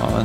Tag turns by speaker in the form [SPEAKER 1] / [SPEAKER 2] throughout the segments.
[SPEAKER 1] Ja,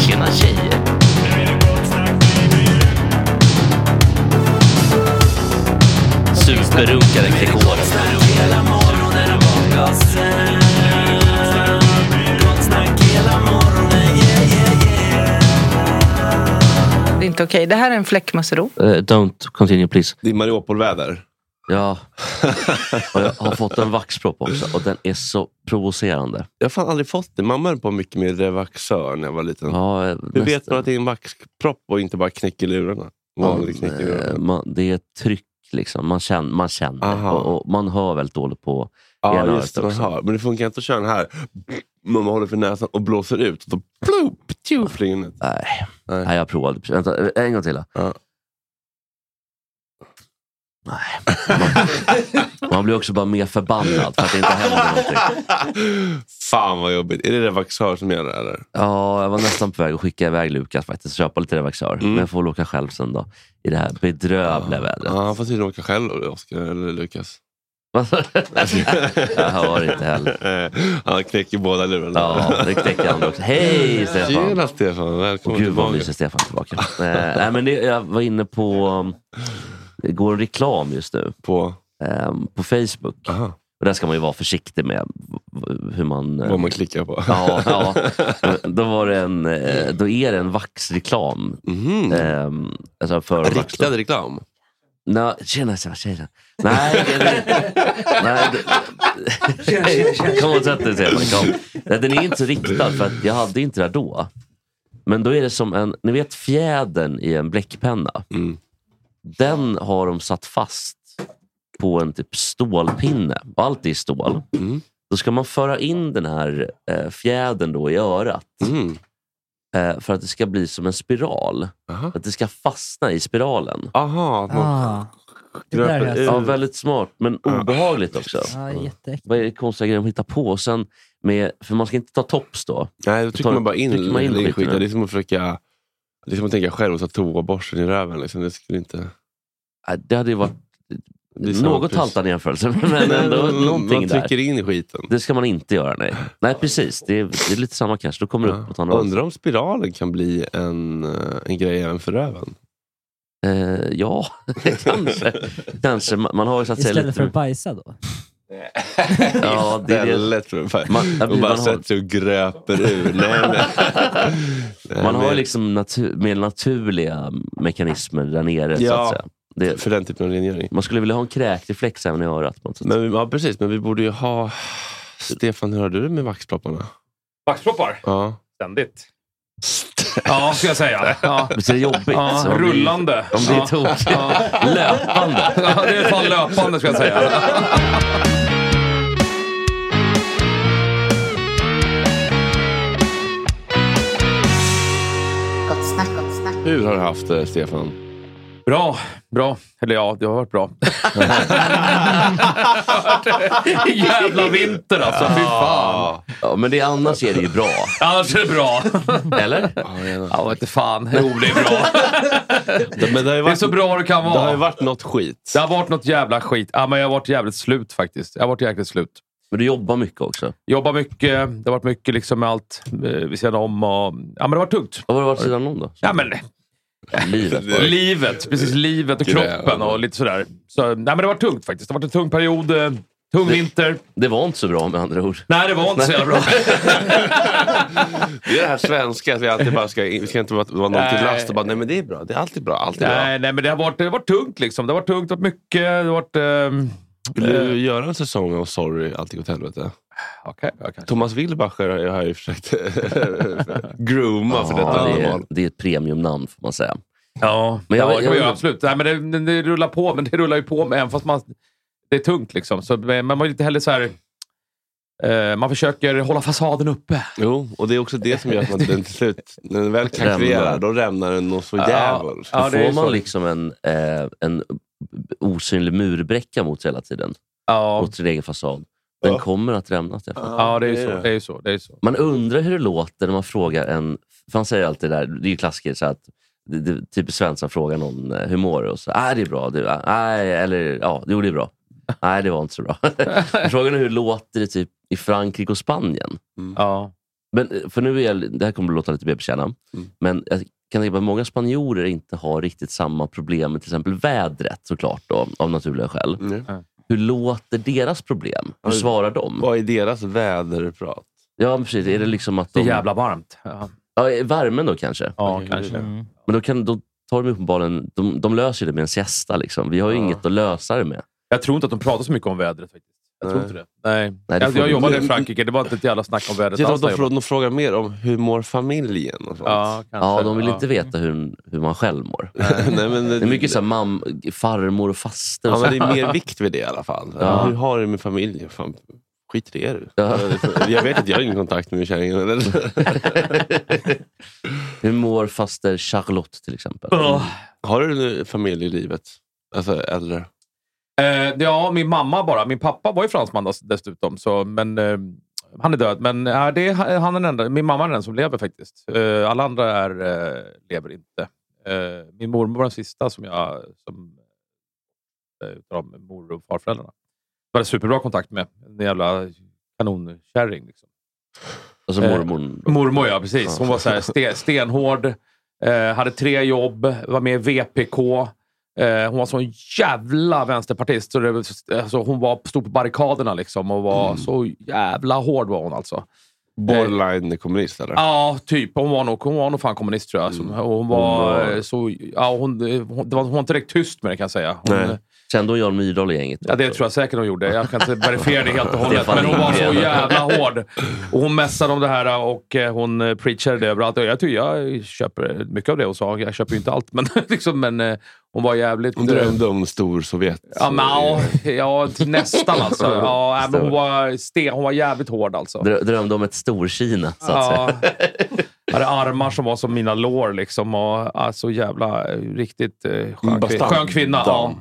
[SPEAKER 2] Tjena tjejer! Superrunkaren Gregor.
[SPEAKER 3] Det är inte okej. Det här är en fläckmössero.
[SPEAKER 2] don't continue please.
[SPEAKER 1] Det är Mariupol-väder.
[SPEAKER 2] Ja. Och jag har fått en vaxpropp också och den är så provocerande.
[SPEAKER 1] Jag har fan aldrig fått det. Mamma höll på mycket med revaxör när jag var liten.
[SPEAKER 2] Ja, eh,
[SPEAKER 1] Hur
[SPEAKER 2] nästan.
[SPEAKER 1] vet man att det är en vaxpropp och inte bara knäckelurarna? Vanlig
[SPEAKER 2] Eh,
[SPEAKER 1] knäckelura.
[SPEAKER 2] man, det är ett tryck. Liksom. Man känner, man, känner.
[SPEAKER 1] Aha.
[SPEAKER 2] Och, och man hör väldigt dåligt på ena
[SPEAKER 1] Ja, just
[SPEAKER 2] örat
[SPEAKER 1] det. Man
[SPEAKER 2] också.
[SPEAKER 1] hör. Men det funkar inte att köra den här. Mamma håller för näsan och blåser ut. Och då plopp, tju, flyger den ut.
[SPEAKER 2] Nej.
[SPEAKER 1] Nej.
[SPEAKER 2] Nej. jag provade. precis. Vänta, eh, en gång till. då.
[SPEAKER 1] Ja.
[SPEAKER 2] Nej. Man, man blir också bara mer förbannad för att det inte händer någonting.
[SPEAKER 1] Fan vad jobbigt. Är det revaxör som gör det eller?
[SPEAKER 2] Ja, jag var nästan på väg att skicka iväg Lukas faktiskt och köpa lite Revaxör.
[SPEAKER 1] Mm.
[SPEAKER 2] Men jag får väl åka själv sen då. I det här
[SPEAKER 1] Ah.
[SPEAKER 2] bedrövliga vädret.
[SPEAKER 1] Ja, han får tydligen åka själv, Oskar eller Lukas.
[SPEAKER 2] jag hör inte heller.
[SPEAKER 1] han knäcker båda lurarna.
[SPEAKER 2] Ja, det knäcker andra också. Hej Stefan!
[SPEAKER 1] Tjena Stefan,
[SPEAKER 2] Åh,
[SPEAKER 1] välkommen
[SPEAKER 2] Gud vad
[SPEAKER 1] tillbaka.
[SPEAKER 2] mysigt Stefan är tillbaka. Eh, nej, men det, jag var inne på... um, Det går en reklam just nu
[SPEAKER 1] På
[SPEAKER 2] ehm, på Facebook.
[SPEAKER 1] Aha.
[SPEAKER 2] Och där ska man ju vara försiktig med v- v- hur man... eh,
[SPEAKER 1] vad man klickar på.
[SPEAKER 2] ja, ja. Då, var det en, eh, då är det en vaxreklam.
[SPEAKER 1] Mhm.
[SPEAKER 2] ehm, alltså för vax då.
[SPEAKER 1] Riktad reklam.
[SPEAKER 2] Nå, tjena, tjena, tjena. Nej, det är det inte. Nej, det... Tjena, tjena, tjena. Kom och sätt dig Stefan. Kom. Nej, den är inte så riktad för att jag hade inte det här då. Men då är det som en, ni vet fjädern i en bläckpenna.
[SPEAKER 1] Mm.
[SPEAKER 2] Den har de satt fast på en typ stålpinne. Och allt är i stål.
[SPEAKER 1] Mm.
[SPEAKER 2] Då ska man föra in den här eh, fjädern då i örat.
[SPEAKER 1] Mm.
[SPEAKER 2] Eh, för att det ska bli som en spiral.
[SPEAKER 1] Aha.
[SPEAKER 2] Att det ska fastna i spiralen.
[SPEAKER 1] Aha, att man
[SPEAKER 4] Ah, det där
[SPEAKER 1] gröper
[SPEAKER 4] är alltså-
[SPEAKER 1] ur.
[SPEAKER 2] Ja, väldigt smart, men obehagligt också.
[SPEAKER 4] ah, jätteäckligt.
[SPEAKER 2] Vad är det konstiga grejer de hittar på? Och sen med, för man ska inte ta tops då.
[SPEAKER 1] Nej, då trycker man bara in,
[SPEAKER 2] trycker man in
[SPEAKER 1] det i
[SPEAKER 2] skiten.
[SPEAKER 1] skiten. Det är som att försöka... Det är som att tänka själv och ta toaborsten i röven. Liksom. Det skulle inte...
[SPEAKER 2] Äh, Det hade ju varit
[SPEAKER 1] Det är samma
[SPEAKER 2] något
[SPEAKER 1] pris.
[SPEAKER 2] haltande jämförelse, men
[SPEAKER 1] Nej,
[SPEAKER 2] ändå
[SPEAKER 1] man-
[SPEAKER 2] någonting
[SPEAKER 1] Man
[SPEAKER 2] där.
[SPEAKER 1] trycker in i skiten.
[SPEAKER 2] Det ska man inte göra, nej. Nej, precis. Det är, det är lite samma kanske. Då kommer det upp
[SPEAKER 1] Ja.
[SPEAKER 2] på andra håll.
[SPEAKER 1] Undrar om spiralen kan bli en, eh, en grej även för röven.
[SPEAKER 2] Eh, ja, kanske. kanske. Man, man har ju så att säga
[SPEAKER 4] Istället för att
[SPEAKER 2] lite...
[SPEAKER 4] bajsa då?
[SPEAKER 2] Ja, det är det.
[SPEAKER 1] Istället för fan.
[SPEAKER 2] Man- ja,
[SPEAKER 1] Hon bara
[SPEAKER 2] man har-
[SPEAKER 1] sätter sig och gröper ur. Nej, men. Nej,
[SPEAKER 2] Man har ju
[SPEAKER 1] men-
[SPEAKER 2] liksom natur, mer naturliga mekanismer där nere. Så
[SPEAKER 1] Ja.
[SPEAKER 2] att säga. Det,
[SPEAKER 1] För den typen av rengöring.
[SPEAKER 2] man skulle vilja ha en kräkreflex även i örat. på något sätt.
[SPEAKER 1] Men, vi- ja, precis. Men vi borde ju ha... Stefan, hur har du det med vaxpropparna?
[SPEAKER 5] Vaxproppar?
[SPEAKER 1] Ja.
[SPEAKER 5] Ständigt. Ja, ska jag säga. Ja.
[SPEAKER 2] Visst är det jobbigt?
[SPEAKER 5] Ja,
[SPEAKER 2] Om vi-
[SPEAKER 5] rullande.
[SPEAKER 2] Om det är
[SPEAKER 5] Ja.
[SPEAKER 2] tokigt.
[SPEAKER 5] Ja.
[SPEAKER 2] Löpande.
[SPEAKER 5] Ja, det är fan löpande ska jag säga.
[SPEAKER 1] Hur har du haft det, Stefan?
[SPEAKER 5] Bra, bra. Eller ja, det har varit bra. Jävla vinter alltså, fy fan.
[SPEAKER 2] Ja, men det, annars är det ju bra.
[SPEAKER 5] Annars är det bra.
[SPEAKER 2] Eller?
[SPEAKER 5] Ja, vet inte fan. Jo, det är bra.
[SPEAKER 1] Det, men det, har ju
[SPEAKER 5] Det är
[SPEAKER 1] varit,
[SPEAKER 5] så bra det kan
[SPEAKER 1] det har ju
[SPEAKER 5] vara.
[SPEAKER 1] varit något skit.
[SPEAKER 5] Det har varit något jävla skit. Ja, men jag har varit jävligt slut faktiskt. Jag har varit jäkligt slut.
[SPEAKER 2] Men du jobbar mycket också.
[SPEAKER 5] Jobbar mycket. Det har varit mycket liksom med allt eh, vid sidan om. Och, ja, men det har varit tungt.
[SPEAKER 2] Vad har det varit sidan om då?
[SPEAKER 5] Ja, men
[SPEAKER 2] Livet. bara.
[SPEAKER 5] Livet, precis. Livet och
[SPEAKER 1] Gräv.
[SPEAKER 5] kroppen och lite sådär. Så, nej, men det var tungt faktiskt. Det har varit en tung period. eh, Tung vinter.
[SPEAKER 2] Det var inte så bra med andra ord.
[SPEAKER 5] Nej, det var inte så jävla bra.
[SPEAKER 1] Det är det här svenska, att vi alltid bara ska, vi ska inte vara vara någon till
[SPEAKER 5] Nej.
[SPEAKER 1] last och bara, nej men det är bra, det är alltid bra, alltid
[SPEAKER 5] nej, nej, men det har varit, det har varit tungt liksom. Det har varit tungt, det har varit mycket. Det har varit... ehm,
[SPEAKER 1] bra. Vill du göra en säsong av Sorry, allt gick åt helvete?
[SPEAKER 5] Okej, ja, kanske.
[SPEAKER 1] Thomas Wilbacher har jag har ju försökt grooma för detta
[SPEAKER 2] Ja, det,
[SPEAKER 1] allvar.
[SPEAKER 2] är, det är ett premiumnamn får man säga.
[SPEAKER 5] Ja,
[SPEAKER 2] Men
[SPEAKER 5] men
[SPEAKER 2] jag-
[SPEAKER 5] ja, det kan
[SPEAKER 2] jag-
[SPEAKER 5] man göra, absolut. Nej, men det, det, det rullar på, men det rullar ju på med, även fast man, det är tungt. liksom. Så, men man är lite heller så här... eh, man försöker hålla fasaden uppe.
[SPEAKER 1] Jo, och det är också det som gör att man den till slut, när den väl kakrerar,
[SPEAKER 2] Rämnar.
[SPEAKER 1] då rämnar den något så djävulskt.
[SPEAKER 5] Ja,
[SPEAKER 2] Då
[SPEAKER 5] det är
[SPEAKER 2] får
[SPEAKER 5] ju så.
[SPEAKER 2] man liksom en, eh, en osynlig murbräcka mot sig hela tiden.
[SPEAKER 5] Ja,
[SPEAKER 2] Mot sin egen fasad. Den kommer att rämna. Stefan.
[SPEAKER 5] ja det är ju så. Det är ju så, det är ju så.
[SPEAKER 2] Man undrar hur det låter när man frågar en... För han säger alltid det där, det är ju klassiker, så att det, det, typ Svensson frågar någon eh, hur mår du? Och så, ah, det är bra. Du, ah, nej, eller, ja, jo, det är bra. Nej, det var inte så bra. Frågan är hur det låter det typ i Frankrike och Spanien?
[SPEAKER 5] Ja.
[SPEAKER 2] Men, eh, för nu är jag, det här kommer att låta lite bebistjärna, men jag kan tänka på att många spanjorer inte har riktigt samma problem med till exempel vädret såklart, då, av naturliga skäl.
[SPEAKER 1] Mm.
[SPEAKER 2] Hur låter deras problem? Hur
[SPEAKER 1] Oj.
[SPEAKER 2] svarar de?
[SPEAKER 1] Vad är deras väderprat?
[SPEAKER 2] Ja, men precis. Är det liksom att
[SPEAKER 5] Det
[SPEAKER 2] de...
[SPEAKER 5] är jävla varmt. Ja,
[SPEAKER 2] Ja, eh, värmen då kanske?
[SPEAKER 5] ja kanske.
[SPEAKER 2] Men då, kan, då tar de uppenbarligen... De, de löser det med en siesta. Liksom. Vi har ju inget att lösa det med.
[SPEAKER 5] Jag tror inte att de pratar så mycket om vädret. faktiskt. Jag tror
[SPEAKER 1] Nej.
[SPEAKER 5] inte det. Nej.
[SPEAKER 1] det
[SPEAKER 5] jag
[SPEAKER 1] får
[SPEAKER 5] jag
[SPEAKER 1] vi-
[SPEAKER 5] jobbade i Frankrike, det var inte ett jävla snack om
[SPEAKER 1] Jag
[SPEAKER 5] vädret
[SPEAKER 1] tror
[SPEAKER 5] alls.
[SPEAKER 1] Typ att de,
[SPEAKER 5] där
[SPEAKER 1] frå-
[SPEAKER 5] jag
[SPEAKER 1] de frågar mer om hur mår familjen och sånt.
[SPEAKER 5] Ja, kanske.
[SPEAKER 2] Ja, de vill
[SPEAKER 5] Ja.
[SPEAKER 2] inte veta hur, hur man själv mår.
[SPEAKER 1] Nej, men
[SPEAKER 2] det,
[SPEAKER 1] det-
[SPEAKER 2] är mycket så här, mam, farmor och faster.
[SPEAKER 1] Ja,
[SPEAKER 2] Och
[SPEAKER 1] men det
[SPEAKER 2] så.
[SPEAKER 1] är mer vikt vid det i alla fall.
[SPEAKER 2] Ja.
[SPEAKER 1] Hur har du det med familjen? Fan, skit i det du.
[SPEAKER 2] Ja.
[SPEAKER 1] Jag vet att jag har ingen kontakt med kärringen. eller?
[SPEAKER 2] Hur mår faster Charlotte till exempel?
[SPEAKER 1] Har du familj i livet? Alltså äldre?
[SPEAKER 5] Eh, ja, min mamma bara. Min pappa var ju fransman dess- dessutom, så, men eh, han är död. Men eh, det är, han är den enda, min mamma är den som lever faktiskt. Eh, alla andra är, eh, lever inte. Eh, min mormor var den sista som jag... Som, eh, utav mor och farföräldrarna. Jag hade superbra kontakt med. En jävla kanonkärring. Liksom.
[SPEAKER 2] Alltså
[SPEAKER 5] Eh,
[SPEAKER 2] mormor.
[SPEAKER 5] Mormor, ja. Precis. Hon
[SPEAKER 2] Ja.
[SPEAKER 5] var så här ste- stenhård. Eh, hade tre jobb. Var med i VPK. Eh, hon var sån jävla vänsterpartist. Så det, alltså, hon var, stod på barrikaderna liksom och
[SPEAKER 1] Mm.
[SPEAKER 5] var så jävla hård var hon alltså.
[SPEAKER 1] Borderline kommunist eller?
[SPEAKER 5] Ja, typ. Hon var nog, hon var nog fan kommunist tror jag. Så, och hon var eh, så... Ja, hon, hon, det var, hon var inte direkt tyst med det kan jag säga. Hon,
[SPEAKER 1] Nej.
[SPEAKER 2] Kände hon Jan Myrdal i gänget?
[SPEAKER 5] Ja, det tror jag säkert hon gjorde. Jag kan inte verifiera det helt och hållet.
[SPEAKER 2] Stefan
[SPEAKER 5] Men hon var så
[SPEAKER 2] Lindgren.
[SPEAKER 5] jävla hård. Och hon mässade om det här och eh, hon eh, preachade det överallt. Och Jag, tycker jag köper mycket av det hon sa. Jag köper ju inte allt, men, liksom, men eh, hon var jävligt...
[SPEAKER 1] Hon drömde om stor Sovjet.
[SPEAKER 5] Ja, men, ja, ja, till nästan alltså. Ja, nej, men hon, var sten, hon var jävligt hård alltså.
[SPEAKER 2] Drö- Drömde om ett Storkina, så att säga.
[SPEAKER 5] Ja. Jag hade armar som var som mina lår liksom. Och, alltså jävla eh, riktigt eh, skön, kvin-
[SPEAKER 1] Bastard.
[SPEAKER 5] skön kvinna. Ja,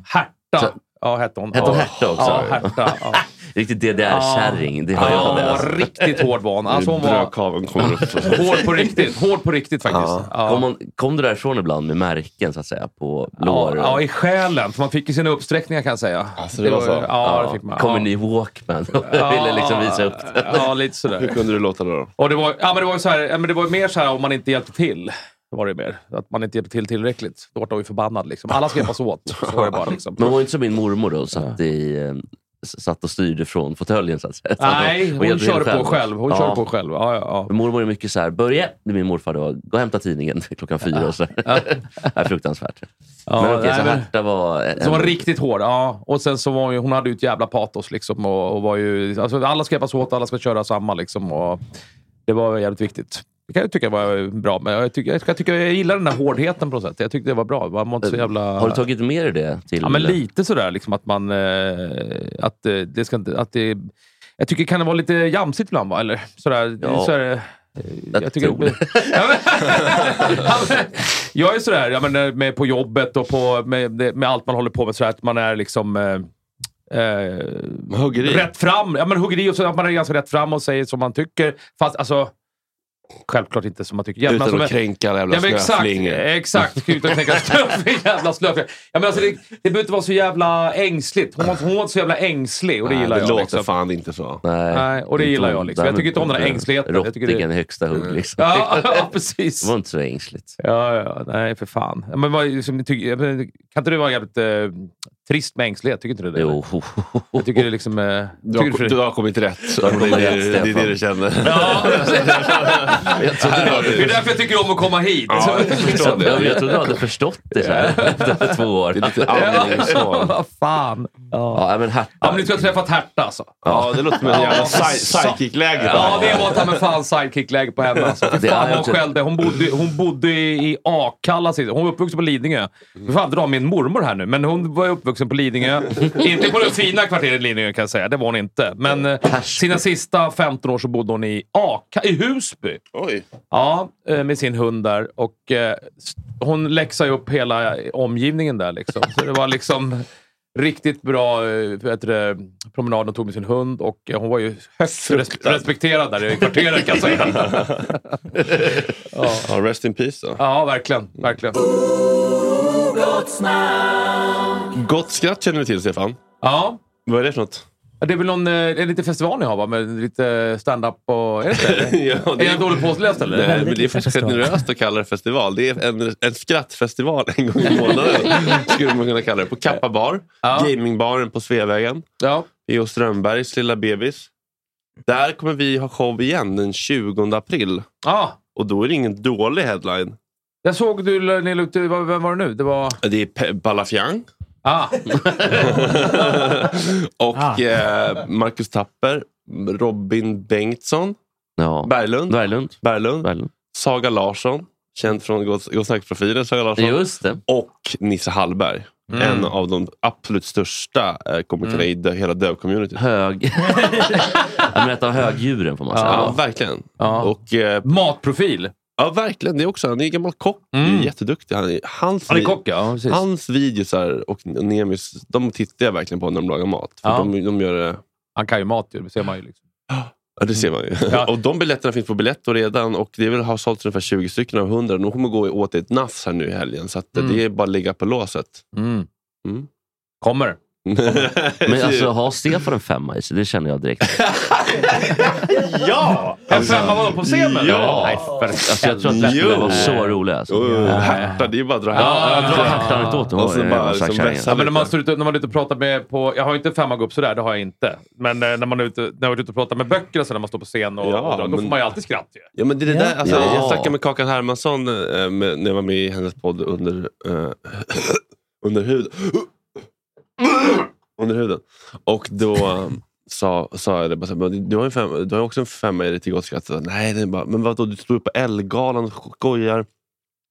[SPEAKER 5] Herta ja, hette hon.
[SPEAKER 2] Hette hon
[SPEAKER 5] Ja.
[SPEAKER 2] Herta också?
[SPEAKER 5] Ja, Herta. Ja.
[SPEAKER 2] Riktigt DDR-kärring. Det hör jag det.
[SPEAKER 5] Ja,
[SPEAKER 2] Alltså.
[SPEAKER 5] riktigt hård var hon. Alltså hon var
[SPEAKER 1] Brödkaveln kommer upp.
[SPEAKER 5] hård på riktigt. Hård på riktigt faktiskt.
[SPEAKER 1] Ja.
[SPEAKER 2] Kom,
[SPEAKER 5] Ja.
[SPEAKER 2] hon, kom du därifrån ibland med märken så att säga, på
[SPEAKER 5] Ja,
[SPEAKER 2] lår?
[SPEAKER 5] ja, i själen. För man fick ju sina uppsträckningar kan jag säga.
[SPEAKER 1] Alltså, det var så?
[SPEAKER 5] Ja, det fick man.
[SPEAKER 2] Kom
[SPEAKER 5] ja.
[SPEAKER 2] en ny Walkman och ville liksom visa upp det.
[SPEAKER 5] Ja, lite
[SPEAKER 1] Hur
[SPEAKER 5] sådär.
[SPEAKER 1] kunde du låta det då?
[SPEAKER 5] Och det var, ja, men det var ju så här, ja, men det var ju mer så här om man inte hjälpte till. Det var det ju mer. Att man inte hjälpte till tillräckligt. Då vart de ju förbannad. Liksom. Alla ska hjälpas åt. Så var det bara liksom.
[SPEAKER 2] Men hon var inte som min mormor då, satt, i, eh, s- satt och styrde från fåtöljen så att säga.
[SPEAKER 5] Nej, hon
[SPEAKER 2] hjälpte
[SPEAKER 5] körde
[SPEAKER 2] till
[SPEAKER 5] på själv. Hon
[SPEAKER 2] Ja.
[SPEAKER 5] körde på själv. Ja, ja, ja.
[SPEAKER 2] Mormor är mycket så här, Börje, det är min morfar då, gå och hämta tidningen klockan fyra. Och så. det är fruktansvärt.
[SPEAKER 5] Ja,
[SPEAKER 2] men okej,
[SPEAKER 5] nej,
[SPEAKER 2] så
[SPEAKER 5] men-
[SPEAKER 2] Herta var... en-
[SPEAKER 5] Som var riktigt hård. Ja. Och sen så var hon ju, hon hade ju ett jävla patos liksom. Och, och var ju, alltså, alla ska hjälpas åt, alla ska köra samma liksom. Och det var jävligt viktigt. Det kan jag tycka var bra, men jag, tycker, jag, jag, tycker, jag gillar den där hårdheten på något sätt. Jag tyckte det var bra. Man var inte så jävla...
[SPEAKER 2] Eh, Har du tagit med dig det? Till,
[SPEAKER 5] Ja, men lite sådär liksom att man... Eh, att eh, det ska inte... Att det, jag tycker kan det vara lite jamsigt ibland, va? Eller sådär...
[SPEAKER 2] Ja.
[SPEAKER 5] sådär eh,
[SPEAKER 2] Jag tror det.
[SPEAKER 5] Ja, men- Ja, men- jag är sådär jag menar, med på jobbet och på, med, med allt man håller på med. Sådär, att man är liksom... Eh, eh,
[SPEAKER 1] Hugger i.
[SPEAKER 5] rätt fram. Ja, men hugger i och så att man är ganska rätt fram och säger som man tycker. Fast alltså... Självklart inte som man tycker. Ja, men alltså,
[SPEAKER 1] Utan
[SPEAKER 5] men-
[SPEAKER 1] att kränka alla
[SPEAKER 5] Ja, men
[SPEAKER 1] jävla
[SPEAKER 5] exakt,
[SPEAKER 1] snöflingor.
[SPEAKER 5] exakt. Utan att tänka snöflingor, jävla snöflingor. Ja, men alltså, det, det behöver inte vara så jävla ängsligt. Hon var, hon var inte så jävla ängslig och det
[SPEAKER 1] Nej,
[SPEAKER 5] gillar
[SPEAKER 1] det
[SPEAKER 5] jag.
[SPEAKER 1] låter
[SPEAKER 5] liksom.
[SPEAKER 1] fan inte så.
[SPEAKER 2] Nej,
[SPEAKER 5] Nej, och det
[SPEAKER 2] inte
[SPEAKER 5] gillar
[SPEAKER 2] hon.
[SPEAKER 5] jag liksom. Jag
[SPEAKER 2] Nej,
[SPEAKER 5] tycker inte om
[SPEAKER 2] men-
[SPEAKER 5] den här ängsligheten. Jag tycker det-
[SPEAKER 2] Rottingen i högsta hugg liksom.
[SPEAKER 5] Ja, ja, precis.
[SPEAKER 2] Det var inte så ängsligt.
[SPEAKER 5] Ja, ja, nej för fan. Ja, Men vad, liksom, tycker- jag menar, kan inte du vara jävligt eh, trist med ängslighet? Tycker inte du det?
[SPEAKER 2] Jo.
[SPEAKER 5] Jag tycker det är liksom... Eh,
[SPEAKER 1] Du har,
[SPEAKER 5] tycker
[SPEAKER 1] du har kommit rätt. Det
[SPEAKER 2] har kommit
[SPEAKER 1] är det,
[SPEAKER 2] rätt,
[SPEAKER 1] det, är det
[SPEAKER 2] Stefan.
[SPEAKER 1] du känner.
[SPEAKER 5] Ja,
[SPEAKER 2] Jag trodde du hade,
[SPEAKER 5] det är därför jag tycker om att komma hit.
[SPEAKER 1] Ja, jag förstår
[SPEAKER 2] jag,
[SPEAKER 1] det.
[SPEAKER 2] trodde du hade förstått det så här efter två år.
[SPEAKER 1] Det är lite
[SPEAKER 5] Ja,
[SPEAKER 1] andningssvar.
[SPEAKER 5] vad fan. Ja.
[SPEAKER 2] Ja, men Herta.
[SPEAKER 5] Ja, men du ska ha träffat Herta alltså.
[SPEAKER 1] Ja, det låter som en jävla sci- psychic-läge.
[SPEAKER 5] Ja, det var ta mig fan sidekick-läge på henne. Alltså. Fy
[SPEAKER 2] Det
[SPEAKER 5] fan
[SPEAKER 2] är
[SPEAKER 5] hon
[SPEAKER 2] typ-
[SPEAKER 5] skällde. Hon bodde, hon bodde i Akalla. sist. Hon var uppvuxen på Lidingö. Fy fan dra min mormor här nu, men hon var uppvuxen på Lidingö. inte på det fina kvarteret Lidingö kan jag säga. Det var hon inte. Men eh, sina sista 15 år så bodde hon i Aka, i Husby.
[SPEAKER 1] Oj.
[SPEAKER 5] Ja, eh, med sin hund där. Och eh, s- hon läxade ju upp hela eh, omgivningen där liksom. Så det var liksom riktigt bra eh, vet du, det, promenad hon tog med sin hund. Och eh, hon var ju högt res- respekterad där i kvarteret kan jag säga.
[SPEAKER 1] Ja, rest in peace då.
[SPEAKER 5] Ja, verkligen. verkligen.
[SPEAKER 1] Gott skratt känner du till, Stefan.
[SPEAKER 5] Ja.
[SPEAKER 1] Vad är det för något?
[SPEAKER 5] Ja, Det är väl någon, eh, är det lite festival ni har va? Med lite stand-up och... Är det inte det?
[SPEAKER 1] ja,
[SPEAKER 5] Är jag dåligt påläst eller?
[SPEAKER 1] Nej, men det är faktiskt
[SPEAKER 4] festival.
[SPEAKER 1] generöst att kalla det festival. Det är en, en skrattfestival en gång i månaden. skulle man kunna kalla det. På Kappa bar.
[SPEAKER 5] Ja.
[SPEAKER 1] Gamingbaren på Sveavägen.
[SPEAKER 5] Ja.
[SPEAKER 1] I Strömbergs lilla bebis. Där kommer vi ha show igen den 20 april.
[SPEAKER 5] Ah,
[SPEAKER 1] Och då är det ingen dålig headline.
[SPEAKER 5] jag såg du, la- ni la ut, vad- vem var det nu? Det var...
[SPEAKER 1] Det är Pe- Balafiang. och
[SPEAKER 4] Ah.
[SPEAKER 1] eh, Marcus Tapper, Robin Bengtsson,
[SPEAKER 2] Ja.
[SPEAKER 1] Berglund,
[SPEAKER 2] Berglund.
[SPEAKER 1] Berglund,
[SPEAKER 2] Berglund.
[SPEAKER 1] Saga Larsson, känd från Gå Gå och Snack-profilen Saga Larsson.
[SPEAKER 2] Just det.
[SPEAKER 1] Och Nisse Hallberg, en av de absolut största eh, komikerna i dö- hela dövcommunityt.
[SPEAKER 2] Hög... ja, men ett av högdjuren får man säga.
[SPEAKER 1] Ja, verkligen.
[SPEAKER 5] Ja.
[SPEAKER 1] Och, eh,
[SPEAKER 5] Matprofil. Mm.
[SPEAKER 1] ja, verkligen. Det är också, han är ju gammal kock. Han är jätteduktig. Han är, hans
[SPEAKER 5] Han är
[SPEAKER 1] vi-
[SPEAKER 5] kock, ja. Precis.
[SPEAKER 1] Hans videosar och Nemis, de tittar jag verkligen på när de lagar mat. För
[SPEAKER 5] Ja.
[SPEAKER 1] de, de gör det...
[SPEAKER 5] Han kan ju mat ju, det ser man ju. Liksom.
[SPEAKER 1] Ja, det ser man ju.
[SPEAKER 5] Ja.
[SPEAKER 1] Och de biljetterna finns på Biletto redan och det är väl, har sålts ungefär 20 stycken av 100. De kommer gå åt ett nass här nu i helgen, så att
[SPEAKER 5] Mm.
[SPEAKER 1] det är bara att ligga på låset.
[SPEAKER 5] Mm.
[SPEAKER 1] Mm.
[SPEAKER 5] Kommer.
[SPEAKER 2] Men alltså, har Stefan en femma i sig? Det känner jag direkt.
[SPEAKER 5] Ja! En femma var på scenen?
[SPEAKER 1] Ja.
[SPEAKER 5] Nej,
[SPEAKER 2] Alltså, jag tror att det skulle vara så roligt. Alltså.
[SPEAKER 1] Jo, jo, jo. Härta, det är bara att dra härta.
[SPEAKER 2] Jag drar hacklanekdoten.
[SPEAKER 1] Och så bara liksom vässa
[SPEAKER 5] Ja, men när man,
[SPEAKER 1] lite.
[SPEAKER 5] står ute, när man är ute och pratar med... På, jag har inte en femma gå upp sådär, det har jag inte. Men eh, när man är ute, när jag är ute och pratar med böcker och så när man står på scen, och,
[SPEAKER 1] Ja,
[SPEAKER 5] och, då
[SPEAKER 1] men-
[SPEAKER 5] får man ju alltid skratt. Ju.
[SPEAKER 1] Ja, men det är det
[SPEAKER 4] Ja.
[SPEAKER 1] där, alltså,
[SPEAKER 2] Ja.
[SPEAKER 1] Jag snackade med Kakan Hermansson eh, med, när jag var med i hennes podd under, eh, under huden. under huden. Och då eh, sa, sa jag det, bara, så här, men du, har ju fem, du har ju också en femma i dig till gott skratt. Så, Nej, det är bara, men vadå, du står ju på Ellegalan och skojar.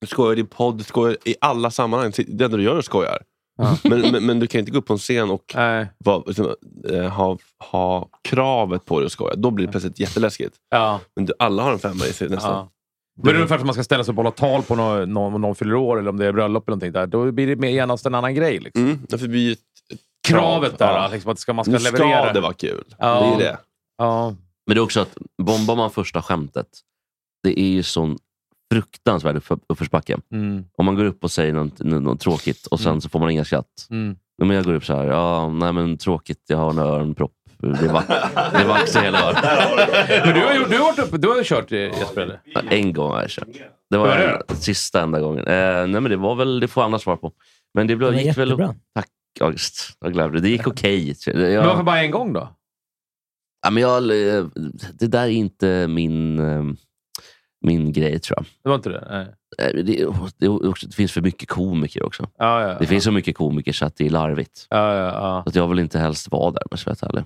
[SPEAKER 1] Du skojar i din podd, du skojar i alla sammanhang. Det enda du gör är att skojar. Men, men, men du kan ju inte gå upp på en scen och
[SPEAKER 5] Nej.
[SPEAKER 1] vara- liksom, eh, ha, ha kravet på dig att skoja. Då blir det plötsligt jätteläskigt.
[SPEAKER 5] Ja.
[SPEAKER 1] Men du, alla har en femma i sig nästan.
[SPEAKER 5] Ja. Men det är ungefär som man ska ställa sig upp och hålla tal på någon, någon, om någon fyller år eller om det är bröllop eller någonting. Där. Då blir det mer genast en annan grej. Liksom.
[SPEAKER 1] Mm, därför blir ju
[SPEAKER 5] Kravet där,
[SPEAKER 1] Ja.
[SPEAKER 5] liksom, att ska, man ska
[SPEAKER 1] Nu ska
[SPEAKER 5] leverera.
[SPEAKER 1] det vara kul.
[SPEAKER 5] Ja.
[SPEAKER 1] Det är det.
[SPEAKER 5] Ja.
[SPEAKER 2] Men det är också att bombar man första skämtet, det är ju sån fruktansvärd uppför- uppförsbacke.
[SPEAKER 5] Mm.
[SPEAKER 2] Om man går upp och säger något, nå- något tråkigt och sen så får man inga skratt.
[SPEAKER 5] Mm.
[SPEAKER 2] Men jag går upp så här, ja, nej men tråkigt, jag har en öronpropp. Det var, det var också hela öronen.
[SPEAKER 5] Men du har, gjort- du, har varit uppe, du har kört eh, Jesper? eller?
[SPEAKER 2] En gång har jag kört. Det var
[SPEAKER 5] Var det?
[SPEAKER 2] den sista enda gången. Eh, nej men det var väl, det får andra svara på. Men det blev,
[SPEAKER 4] Det var
[SPEAKER 2] gick väl...
[SPEAKER 4] jättebra.
[SPEAKER 2] Tack August, jag glädde Det gick okej.
[SPEAKER 5] Men varför
[SPEAKER 2] Jag,
[SPEAKER 5] bara en gång då?
[SPEAKER 2] ja, men jag, eh, det där är inte min, eh, min grej tror jag.
[SPEAKER 5] Det var inte det? Nej.
[SPEAKER 2] Eh, Det, det, är också, det finns för mycket komiker också.
[SPEAKER 5] Ja, ja, ja.
[SPEAKER 2] Det finns så mycket komiker så att det är larvigt.
[SPEAKER 5] Ja, ja, ja.
[SPEAKER 2] Så att jag vill inte helst vara där, men jag ska vara ärlig.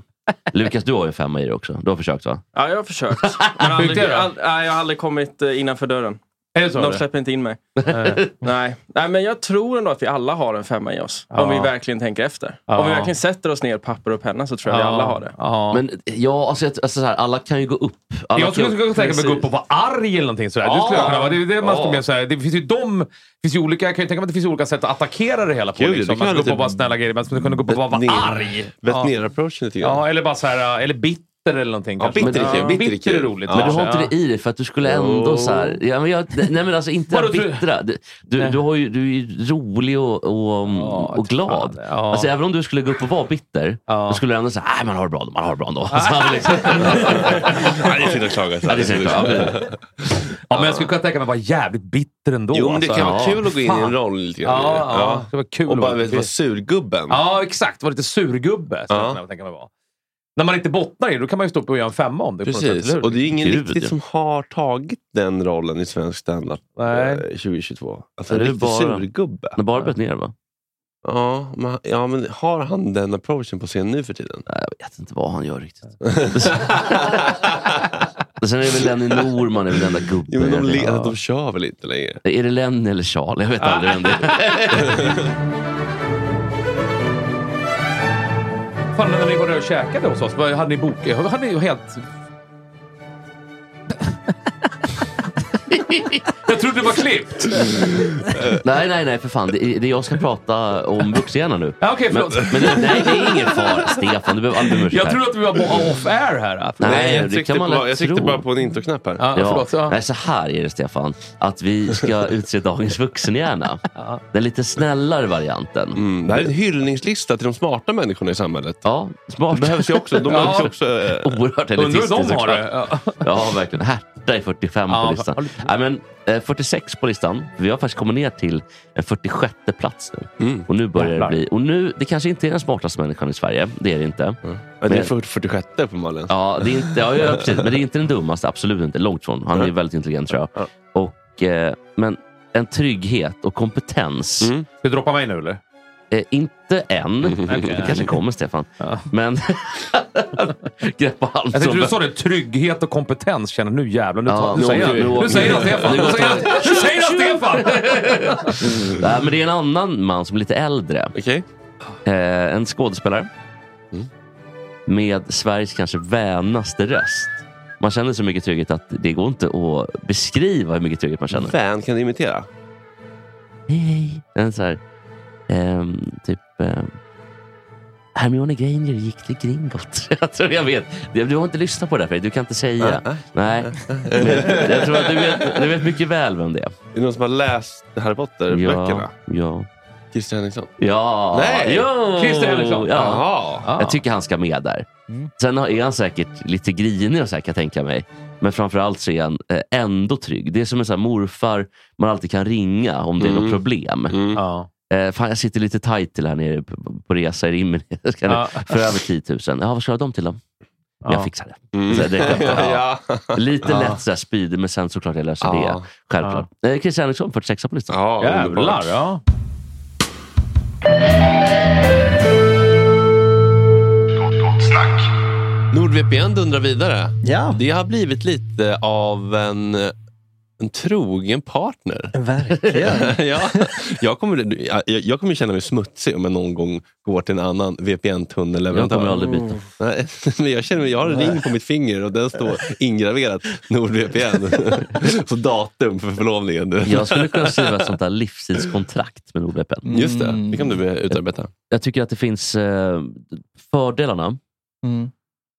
[SPEAKER 2] Lukas, du har ju en femma i dig också. Du har försökt va?
[SPEAKER 6] Ja, jag har försökt. Men aldrig,
[SPEAKER 5] Fick det då?
[SPEAKER 6] all, nej, jag har aldrig kommit eh, innanför dörren.
[SPEAKER 5] Är det så?
[SPEAKER 6] De
[SPEAKER 5] eller?
[SPEAKER 6] släpper inte in mig.
[SPEAKER 5] Nej.
[SPEAKER 6] Nej. nej, men jag tror ändå att vi alla har en femma i oss.
[SPEAKER 5] Ja.
[SPEAKER 6] Om vi verkligen tänker efter.
[SPEAKER 5] Ja.
[SPEAKER 6] Om vi verkligen sätter oss ner, papper och penna, så tror jag vi alla har det.
[SPEAKER 5] Ja.
[SPEAKER 2] Men ja, alltså, jag- alltså så här, alla kan ju gå upp. Alla
[SPEAKER 5] jag skulle
[SPEAKER 2] kan,
[SPEAKER 5] kunna tänka mig att gå upp och vara arg eller någonting sådär. Det, skulle jag kunna vara. det, är det, man skulle
[SPEAKER 2] Ja.
[SPEAKER 5] mer såhär, det finns ju de, det finns ju olika, jag kan ju tänka mig att det finns olika sätt att attackera det hela på.
[SPEAKER 1] Gud,
[SPEAKER 5] Liksom.
[SPEAKER 1] det kan
[SPEAKER 5] Man ska gå upp
[SPEAKER 1] lite
[SPEAKER 5] och vara snälla grejer, man skulle kunna gå upp och bara vara
[SPEAKER 1] Ner-
[SPEAKER 5] arg.
[SPEAKER 1] Vett
[SPEAKER 5] Ja.
[SPEAKER 1] ner-approachen lite grann.
[SPEAKER 5] Ja, eller bara såhär, eller bitter eller någonting.
[SPEAKER 1] Ja,
[SPEAKER 5] kanske.
[SPEAKER 1] bitter är
[SPEAKER 5] Men-
[SPEAKER 1] kul,
[SPEAKER 5] ja,
[SPEAKER 1] bitter är
[SPEAKER 5] bitter är
[SPEAKER 1] kul.
[SPEAKER 5] roligt.
[SPEAKER 1] Ja.
[SPEAKER 2] men du
[SPEAKER 5] kanske,
[SPEAKER 2] har inte
[SPEAKER 5] ja.
[SPEAKER 2] det i dig för att du skulle ändå så här, ja, men jag, Nej men alltså inte
[SPEAKER 5] Vadå, tror-
[SPEAKER 2] bittra. Du, du, du, har ju, du är ju rolig och, och,
[SPEAKER 5] Ja,
[SPEAKER 2] och glad.
[SPEAKER 5] fan, ja.
[SPEAKER 2] Alltså, även om du skulle gå upp och vara bitter,
[SPEAKER 5] Ja.
[SPEAKER 2] då skulle du ändå säga nej man har det bra ändå, man har det bra ändå. Alltså, han liksom,
[SPEAKER 1] Nej, det är synd att klaga.
[SPEAKER 2] Ja, det är synd att klaga.
[SPEAKER 5] Ja, men jag skulle kunna tänka mig att vara jävligt bitter ändå.
[SPEAKER 1] Jo, men det
[SPEAKER 5] alltså.
[SPEAKER 1] kan vara
[SPEAKER 5] Ja.
[SPEAKER 1] kul att gå in i en
[SPEAKER 5] Fan.
[SPEAKER 1] roll lite grann.
[SPEAKER 5] Ja, ja. det var kul.
[SPEAKER 1] Och
[SPEAKER 5] att
[SPEAKER 1] bara
[SPEAKER 5] vara
[SPEAKER 1] vet, vara
[SPEAKER 5] bitter.
[SPEAKER 1] surgubben.
[SPEAKER 5] Ja, exakt. Var lite surgubbe. skulle
[SPEAKER 1] Ja.
[SPEAKER 5] jag kunna tänka mig vara. När man inte bottnar i det, då kan man ju stå upp och göra en femma om det. på något sätt,
[SPEAKER 1] Precis,
[SPEAKER 5] eller hur?
[SPEAKER 1] och det är ingen
[SPEAKER 2] Gud,
[SPEAKER 1] riktigt
[SPEAKER 2] ja.
[SPEAKER 1] som har tagit den rollen i svensk standup
[SPEAKER 5] Nej.
[SPEAKER 1] eh, 2022. Alltså
[SPEAKER 2] Är
[SPEAKER 1] en
[SPEAKER 2] det
[SPEAKER 1] riktig
[SPEAKER 2] bara-
[SPEAKER 1] surgubbe.
[SPEAKER 2] Han har bara börjat ner va?
[SPEAKER 1] Ja men, ja, men har han den approachen på scen nu för tiden?
[SPEAKER 2] Nej, Jag vet inte vad han gör riktigt. Och Sen är det väl Lenny Norman, är väl den där gubben.
[SPEAKER 1] Jo, men de, le-
[SPEAKER 2] Ja.
[SPEAKER 1] de kör väl inte längre?
[SPEAKER 2] Är det Lenny eller Charlie? Jag vet aldrig vem det är.
[SPEAKER 5] Fan, när ni var där och käkade hos oss, vad hade ni bokat? Hade ni helt... jag trodde det var klippt!
[SPEAKER 2] Nej, nej, nej för fan. Det är, det är jag ska prata om vuxenhjärnan nu.
[SPEAKER 5] Ja, Okej,
[SPEAKER 2] Men,
[SPEAKER 5] förlåt.
[SPEAKER 2] men nej, det är ingen fara. Stefan, du behöver aldrig be om ursäkt
[SPEAKER 5] jag
[SPEAKER 2] här.
[SPEAKER 5] trodde att vi var bo- off-air här.
[SPEAKER 2] Nej,
[SPEAKER 1] jag
[SPEAKER 2] det
[SPEAKER 1] tryckte
[SPEAKER 2] kan man
[SPEAKER 1] bara,
[SPEAKER 2] lätt
[SPEAKER 1] Jag tryckte
[SPEAKER 2] tro.
[SPEAKER 1] bara på en intro-knapp här.
[SPEAKER 5] Ja,
[SPEAKER 2] Ja,
[SPEAKER 5] förlåt. Ja.
[SPEAKER 2] Nej, så här är det Stefan, att vi ska utse dagens vuxenhjärna. Den lite snällare varianten.
[SPEAKER 1] Mm, det här är en hyllningslista till de smarta människorna i samhället.
[SPEAKER 2] Ja, smart.
[SPEAKER 1] Det behövs ju också. De
[SPEAKER 5] Ja.
[SPEAKER 1] behövs ju också. eh,
[SPEAKER 2] Oerhört
[SPEAKER 5] Undrar hur
[SPEAKER 2] elitistiskt
[SPEAKER 5] de har
[SPEAKER 2] såklart.
[SPEAKER 5] det. Ja.
[SPEAKER 2] Ja, verkligen. Herta är 45
[SPEAKER 5] Ja,
[SPEAKER 2] på listan.
[SPEAKER 5] har lite-
[SPEAKER 2] Nej, men, eh, 46 på listan. Vi har faktiskt kommit ner till en 46 plats nu.
[SPEAKER 1] Mm.
[SPEAKER 2] Och nu börjar det
[SPEAKER 5] Jävlar.
[SPEAKER 2] bli... Och nu, det kanske inte är den smartaste människan i Sverige. Det är det inte.
[SPEAKER 1] Ja, det är
[SPEAKER 2] Men-
[SPEAKER 1] 40 46 uppenbarligen.
[SPEAKER 2] Ja, det är inte, ja, ja, precis. Men det är inte den dummaste. Absolut inte. Långt från. Han är ju väldigt intelligent tror jag. Och, eh, men en trygghet och kompetens.
[SPEAKER 1] Mm.
[SPEAKER 5] Ska du droppa mig nu eller?
[SPEAKER 2] Eh, inte än. Det kanske kommer, Stefan. Men greppa allt
[SPEAKER 5] Jag
[SPEAKER 2] som
[SPEAKER 5] tänkte du
[SPEAKER 2] behövs.
[SPEAKER 5] sa det, trygghet och kompetens. Känner nu jävlar, nu,
[SPEAKER 2] Ja,
[SPEAKER 5] tar, nu,
[SPEAKER 2] nu
[SPEAKER 5] säger
[SPEAKER 2] åker vi, nu
[SPEAKER 5] han.
[SPEAKER 2] åker
[SPEAKER 5] Nu säger han
[SPEAKER 2] vi.
[SPEAKER 5] Stefan!
[SPEAKER 2] Nu går
[SPEAKER 5] Nu säger han- Nu säger han Stefan!
[SPEAKER 2] Nej, men det är en annan man som är lite äldre. Eh, en skådespelare.
[SPEAKER 1] Mm.
[SPEAKER 2] Med Sveriges kanske vänaste röst. Man känner så mycket trygghet att det går inte att beskriva hur mycket trygghet man känner.
[SPEAKER 1] Fan kan du imitera?
[SPEAKER 2] Hej, hej. En så här, ehm, typ... ehm, Hermione Granger gick till Gringotts. jag tror jag vet. Du du har inte lyssnat på det här Fredrik. Du kan inte säga.
[SPEAKER 1] Nej.
[SPEAKER 2] Nej. Men jag tror att du vet, du vet mycket väl vem det är.
[SPEAKER 1] Är det någon som har läst Harry Potter-böckerna?
[SPEAKER 2] Ja.
[SPEAKER 1] Christer Henriksson?
[SPEAKER 2] Ja.
[SPEAKER 1] Nej!
[SPEAKER 2] Jo.
[SPEAKER 1] Christer Henriksson.
[SPEAKER 2] Ja.
[SPEAKER 1] Jaha.
[SPEAKER 2] Jag tycker han ska med där. Sen har- är han säkert lite grinig och så här, kan jag tänka mig. Men framförallt så är han eh, ändå trygg. Det är som en sån här morfar man alltid kan ringa om det är
[SPEAKER 1] Mm.
[SPEAKER 2] något problem.
[SPEAKER 5] Ja.
[SPEAKER 2] Eh, fan, jag sitter lite tajt till här nere på, på resa i Rimmen. Jag ska nu-
[SPEAKER 5] Ja.
[SPEAKER 2] För över 10 000. Ja, vad ska jag ha dem till då? Men Jag fixar det.
[SPEAKER 1] Mm.
[SPEAKER 2] Så här, det är skönt.
[SPEAKER 1] Ja.
[SPEAKER 2] Lite
[SPEAKER 1] Ja.
[SPEAKER 2] lätt så här speed, men sen såklart jag löser
[SPEAKER 1] Ja.
[SPEAKER 2] det. Självklart. Eh, Christian Henriksson, 46 på listan.
[SPEAKER 1] Ja,
[SPEAKER 5] Jävlar,
[SPEAKER 1] underbart.
[SPEAKER 5] ja.
[SPEAKER 1] NordVPN dundrar vidare.
[SPEAKER 7] Ja.
[SPEAKER 1] Det har blivit lite av en, en trogen partner.
[SPEAKER 4] Verkligen.
[SPEAKER 1] ja. jag, kommer, jag, jag kommer känna mig smutsig om jag någon gång går till en annan VPN-tunnelleverantör.
[SPEAKER 2] Jag kommer aldrig
[SPEAKER 1] Mm.
[SPEAKER 2] byta.
[SPEAKER 1] Nej, men jag, känner, mig- jag har en ring på mitt finger och den står ingraverat NordVPN. Så datum för förlovningen.
[SPEAKER 2] Jag skulle kunna skriva ett sånt där livstidskontrakt med NordVPN.
[SPEAKER 1] Just det, det kan du eh, utarbeta.
[SPEAKER 2] Jag tycker att det finns... Eh, fördelarna
[SPEAKER 4] Mm.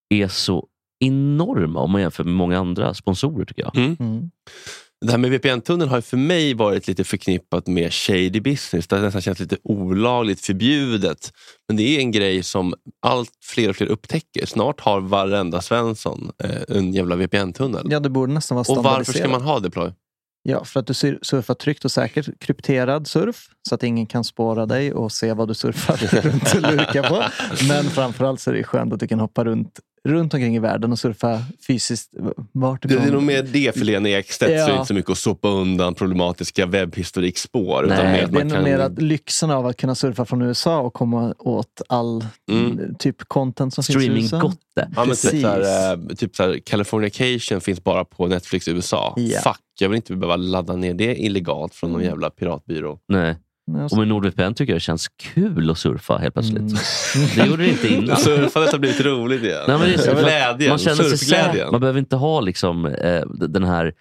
[SPEAKER 2] är så enorma om man jämför med många andra sponsorer, tycker jag.
[SPEAKER 1] Mm.
[SPEAKER 4] Mm.
[SPEAKER 1] Det här med VPN-tunneln har ju för mig varit lite förknippat med shady business. Det har nästan känts lite olagligt, förbjudet. Men det är en grej som allt fler och fler upptäcker. Snart har varenda Svensson eh, en jävla VPN-tunnel.
[SPEAKER 7] Ja, det borde nästan vara
[SPEAKER 1] och varför ska
[SPEAKER 7] standardiserat.
[SPEAKER 1] man ha det Ploy?
[SPEAKER 7] Ja, för att du sur- surfar tryggt och säkert. Krypterad surf, så att ingen kan spåra dig och se vad du surfar runt och lurkar på. Men framförallt så är det skönt att du kan hoppa runt, runt omkring i världen och surfa fysiskt. Vart
[SPEAKER 1] Det är
[SPEAKER 7] ifrån-
[SPEAKER 1] nog mer det för Lena Ekstedt, så det är
[SPEAKER 7] Ja.
[SPEAKER 1] inte så mycket att sopa undan problematiska webbhistorikspår. utan
[SPEAKER 2] Nej,
[SPEAKER 1] mer att
[SPEAKER 7] Det är
[SPEAKER 1] man
[SPEAKER 7] nog
[SPEAKER 1] kan-
[SPEAKER 7] mer att lyxen av att kunna surfa från USA och komma åt all
[SPEAKER 1] Mm.
[SPEAKER 7] typ content som finns i USA.
[SPEAKER 2] Streaminggotte.
[SPEAKER 1] Ja, men typ
[SPEAKER 7] Precis.
[SPEAKER 1] såhär, eh, typ såhär, Californication finns bara på Netflix i USA.
[SPEAKER 7] Ja. Mm.
[SPEAKER 1] Fuck, jag vill inte behöva ladda ner det illegalt från någon jävla piratbyrå.
[SPEAKER 2] Nej.
[SPEAKER 7] Ja,
[SPEAKER 2] Och med NordVPN tycker jag det känns kul att surfa helt plötsligt.
[SPEAKER 7] Mm.
[SPEAKER 2] Det gjorde det inte innan.
[SPEAKER 1] Surfandet har blivit roligt igen.
[SPEAKER 2] Nej, men det är så,
[SPEAKER 1] Glädjen,
[SPEAKER 2] man känner sig säker.
[SPEAKER 1] surfglädjen.
[SPEAKER 2] Man behöver inte ha liksom, eh, d- den här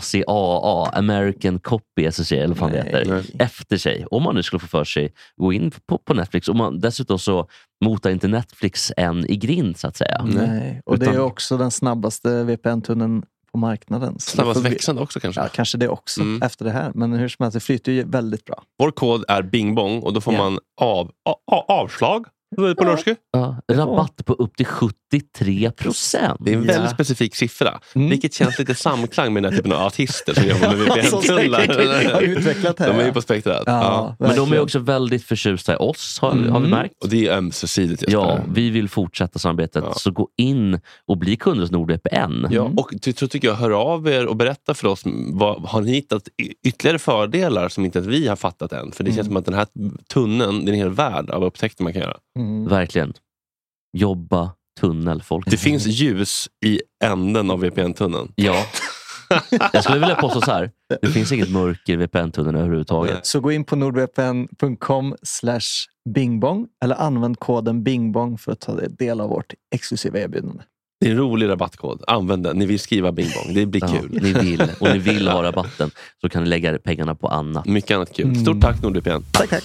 [SPEAKER 2] ACAA, American Copy Association, eller vad fan det heter,
[SPEAKER 1] Nej.
[SPEAKER 2] efter sig. Om man nu skulle få för sig att gå in på, på Netflix. Och man, dessutom så motar inte Netflix en i grind, så att säga.
[SPEAKER 1] Mm.
[SPEAKER 7] Nej, och det är
[SPEAKER 2] Utan-
[SPEAKER 7] också den snabbaste VPN-tunneln på marknaden. Så
[SPEAKER 1] Snabbast
[SPEAKER 7] det får vi-
[SPEAKER 1] växande också kanske.
[SPEAKER 7] Ja, kanske det också
[SPEAKER 1] Mm.
[SPEAKER 7] efter det här. Men hur som helst, det flyter ju väldigt bra.
[SPEAKER 1] Vår kod är bingbong och då får
[SPEAKER 7] Ja.
[SPEAKER 1] man av, a, a, avslag på norska.
[SPEAKER 2] Ja, rabatt på upp till 73 procent.
[SPEAKER 1] Det är en väldigt
[SPEAKER 7] Ja.
[SPEAKER 1] specifik siffra,
[SPEAKER 7] Mm.
[SPEAKER 1] vilket känns lite samklang med den här typen av artister som jobbar med VPN-tunnlar.
[SPEAKER 7] Har utvecklat här.
[SPEAKER 1] De är ju
[SPEAKER 7] ja.
[SPEAKER 1] på spektrat.
[SPEAKER 7] Ja,
[SPEAKER 1] Ja.
[SPEAKER 2] Men de är
[SPEAKER 7] verkligen.
[SPEAKER 2] också väldigt förtjusta i oss, har, har vi
[SPEAKER 7] Mm.
[SPEAKER 2] märkt.
[SPEAKER 1] Och det är ömsesidigt. Jesper.
[SPEAKER 2] Ja, vi vill fortsätta samarbetet.
[SPEAKER 1] Ja.
[SPEAKER 2] Så gå in och bli kund hos NordVPN.
[SPEAKER 1] Ja, och ty- så tycker jag, hör av er och berätta för oss, m, vad, har ni hittat y- ytterligare fördelar som inte ens vi har fattat än? För det
[SPEAKER 2] Mm.
[SPEAKER 1] känns som att den här tunneln, det är en hel värld av upptäckter man kan göra.
[SPEAKER 7] Mm.
[SPEAKER 2] Verkligen. Jobba tunnelfolk.
[SPEAKER 1] Det finns ljus i änden av VPN-tunneln.
[SPEAKER 2] Ja. Jag skulle vilja påstå så här. Det finns inget mörker i VPN-tunneln överhuvudtaget.
[SPEAKER 7] Så gå in på nordvpn.com slash bingbong eller använd koden bingbong för att ta del av vårt exklusiva erbjudande.
[SPEAKER 1] Det är en rolig rabattkod. Använd den. Ni vill skriva bingbong. Det blir
[SPEAKER 2] Ja,
[SPEAKER 1] kul.
[SPEAKER 2] ni vill, och ni vill ha rabatten så kan ni lägga pengarna på annat.
[SPEAKER 1] Mycket annat kul.
[SPEAKER 2] Mm.
[SPEAKER 1] Stort tack NordVPN.
[SPEAKER 7] Tack, tack.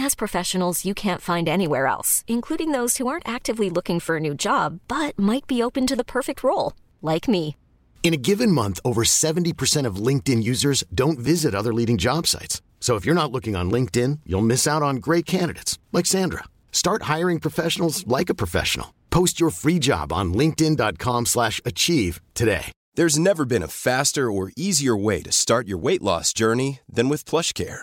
[SPEAKER 8] has professionals you can't find anywhere else, including those who aren't actively looking for a new job but might be open to the perfect role, like me.
[SPEAKER 9] In a given month, over 70% of LinkedIn users don't visit other leading job sites. So if you're not looking on LinkedIn, you'll miss out on great candidates like Sandra. Start hiring professionals like a professional. Post your free job on linkedin.com/achieve slash achieve today.
[SPEAKER 10] There's never been a faster or easier way to start your weight loss journey than with PlushCare.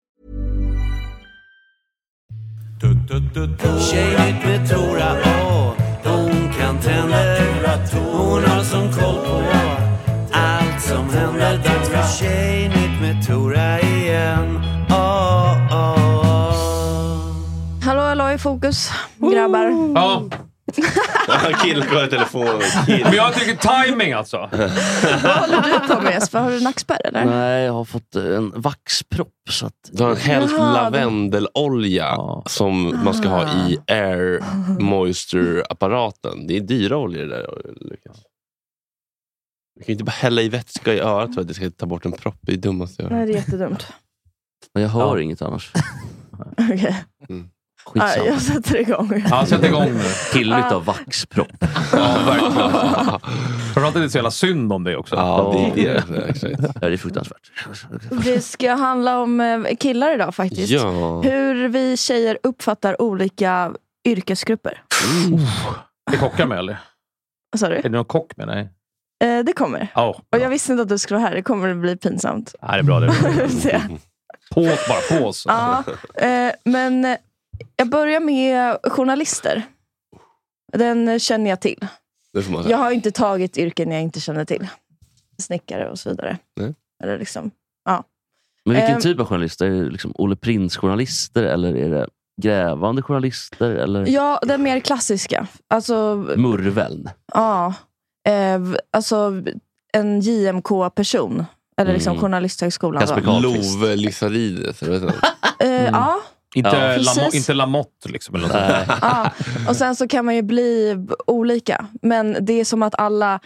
[SPEAKER 11] Tjejigt med Tora A. Hon kan tänder. Hon har som koll på allt som händer. Dags för Tjejnytt med Tora igen. A, A,
[SPEAKER 3] Hallå hallå i fokus, grabbar.
[SPEAKER 5] Ja.
[SPEAKER 12] Killen går i telefon.
[SPEAKER 5] Men jag tycker timing alltså.
[SPEAKER 3] Vad håller du på med Jesper? Har du nackspärr eller?
[SPEAKER 2] Nej, jag har fått en vaxpropp. Så att...
[SPEAKER 1] Du har hällt
[SPEAKER 3] Jaha, det-
[SPEAKER 1] lavendelolja som man ska ha i
[SPEAKER 3] Ah.
[SPEAKER 1] air moisture-apparaten. Det är dyra oljor det där, Lukas. Du kan ju inte bara hälla i vätska i örat för att det ska ta bort en propp. Det är det dummaste jag har
[SPEAKER 3] Nej,
[SPEAKER 1] hört.
[SPEAKER 3] det är jättedumt.
[SPEAKER 2] Men jag hör inget annars.
[SPEAKER 3] Okej.
[SPEAKER 2] Skitsamma.
[SPEAKER 3] Ah, jag sätter igång.
[SPEAKER 2] Killigt
[SPEAKER 3] Ah.
[SPEAKER 2] av vaxpropp.
[SPEAKER 5] Ja, verkligen. Framförallt är det så jävla synd om dig också.
[SPEAKER 2] Ja, det är
[SPEAKER 1] det.
[SPEAKER 2] Ja, det är fruktansvärt.
[SPEAKER 3] Det ska handla om eh, killar idag faktiskt.
[SPEAKER 2] Ja.
[SPEAKER 3] Hur vi tjejer uppfattar olika yrkesgrupper.
[SPEAKER 5] Är kockar med eller?
[SPEAKER 3] Vad sa du?
[SPEAKER 5] Är det någon kock med? Nej.
[SPEAKER 3] Eh, det kommer.
[SPEAKER 5] Ja,
[SPEAKER 3] Och jag visste inte att du skulle vara här. Det kommer att bli pinsamt.
[SPEAKER 5] Nej, det är bra. Det är bra.
[SPEAKER 3] Se.
[SPEAKER 5] På oss bara, på oss.
[SPEAKER 3] Ja, eh, men eh, jag börjar med journalister. Den eh, känner jag till.
[SPEAKER 1] Det får man säga.
[SPEAKER 3] Jag har ju inte tagit yrken jag inte känner till. Snickare och så vidare.
[SPEAKER 1] Nej.
[SPEAKER 3] Eller liksom, ja.
[SPEAKER 2] Men vilken
[SPEAKER 3] Eh,
[SPEAKER 2] typ av journalister? Är det liksom Olle Prins-journalister eller är det grävande journalister? Eller
[SPEAKER 3] Ja, den mer klassiska. Alltså,
[SPEAKER 2] murveln?
[SPEAKER 3] ja. Eh, v- alltså en JMK-person. Eller liksom
[SPEAKER 1] Mm.
[SPEAKER 3] Journalisthögskolan. då.
[SPEAKER 1] Love Lissarides. eller vad heter han?
[SPEAKER 3] Eh, Ja.
[SPEAKER 5] Inte,
[SPEAKER 3] Ja.
[SPEAKER 5] Lamo,
[SPEAKER 3] Precis.
[SPEAKER 5] inte Lamotte liksom. Eller något sånt.
[SPEAKER 3] Ja, och sen så kan man ju bli b- olika. Men det är som att alla,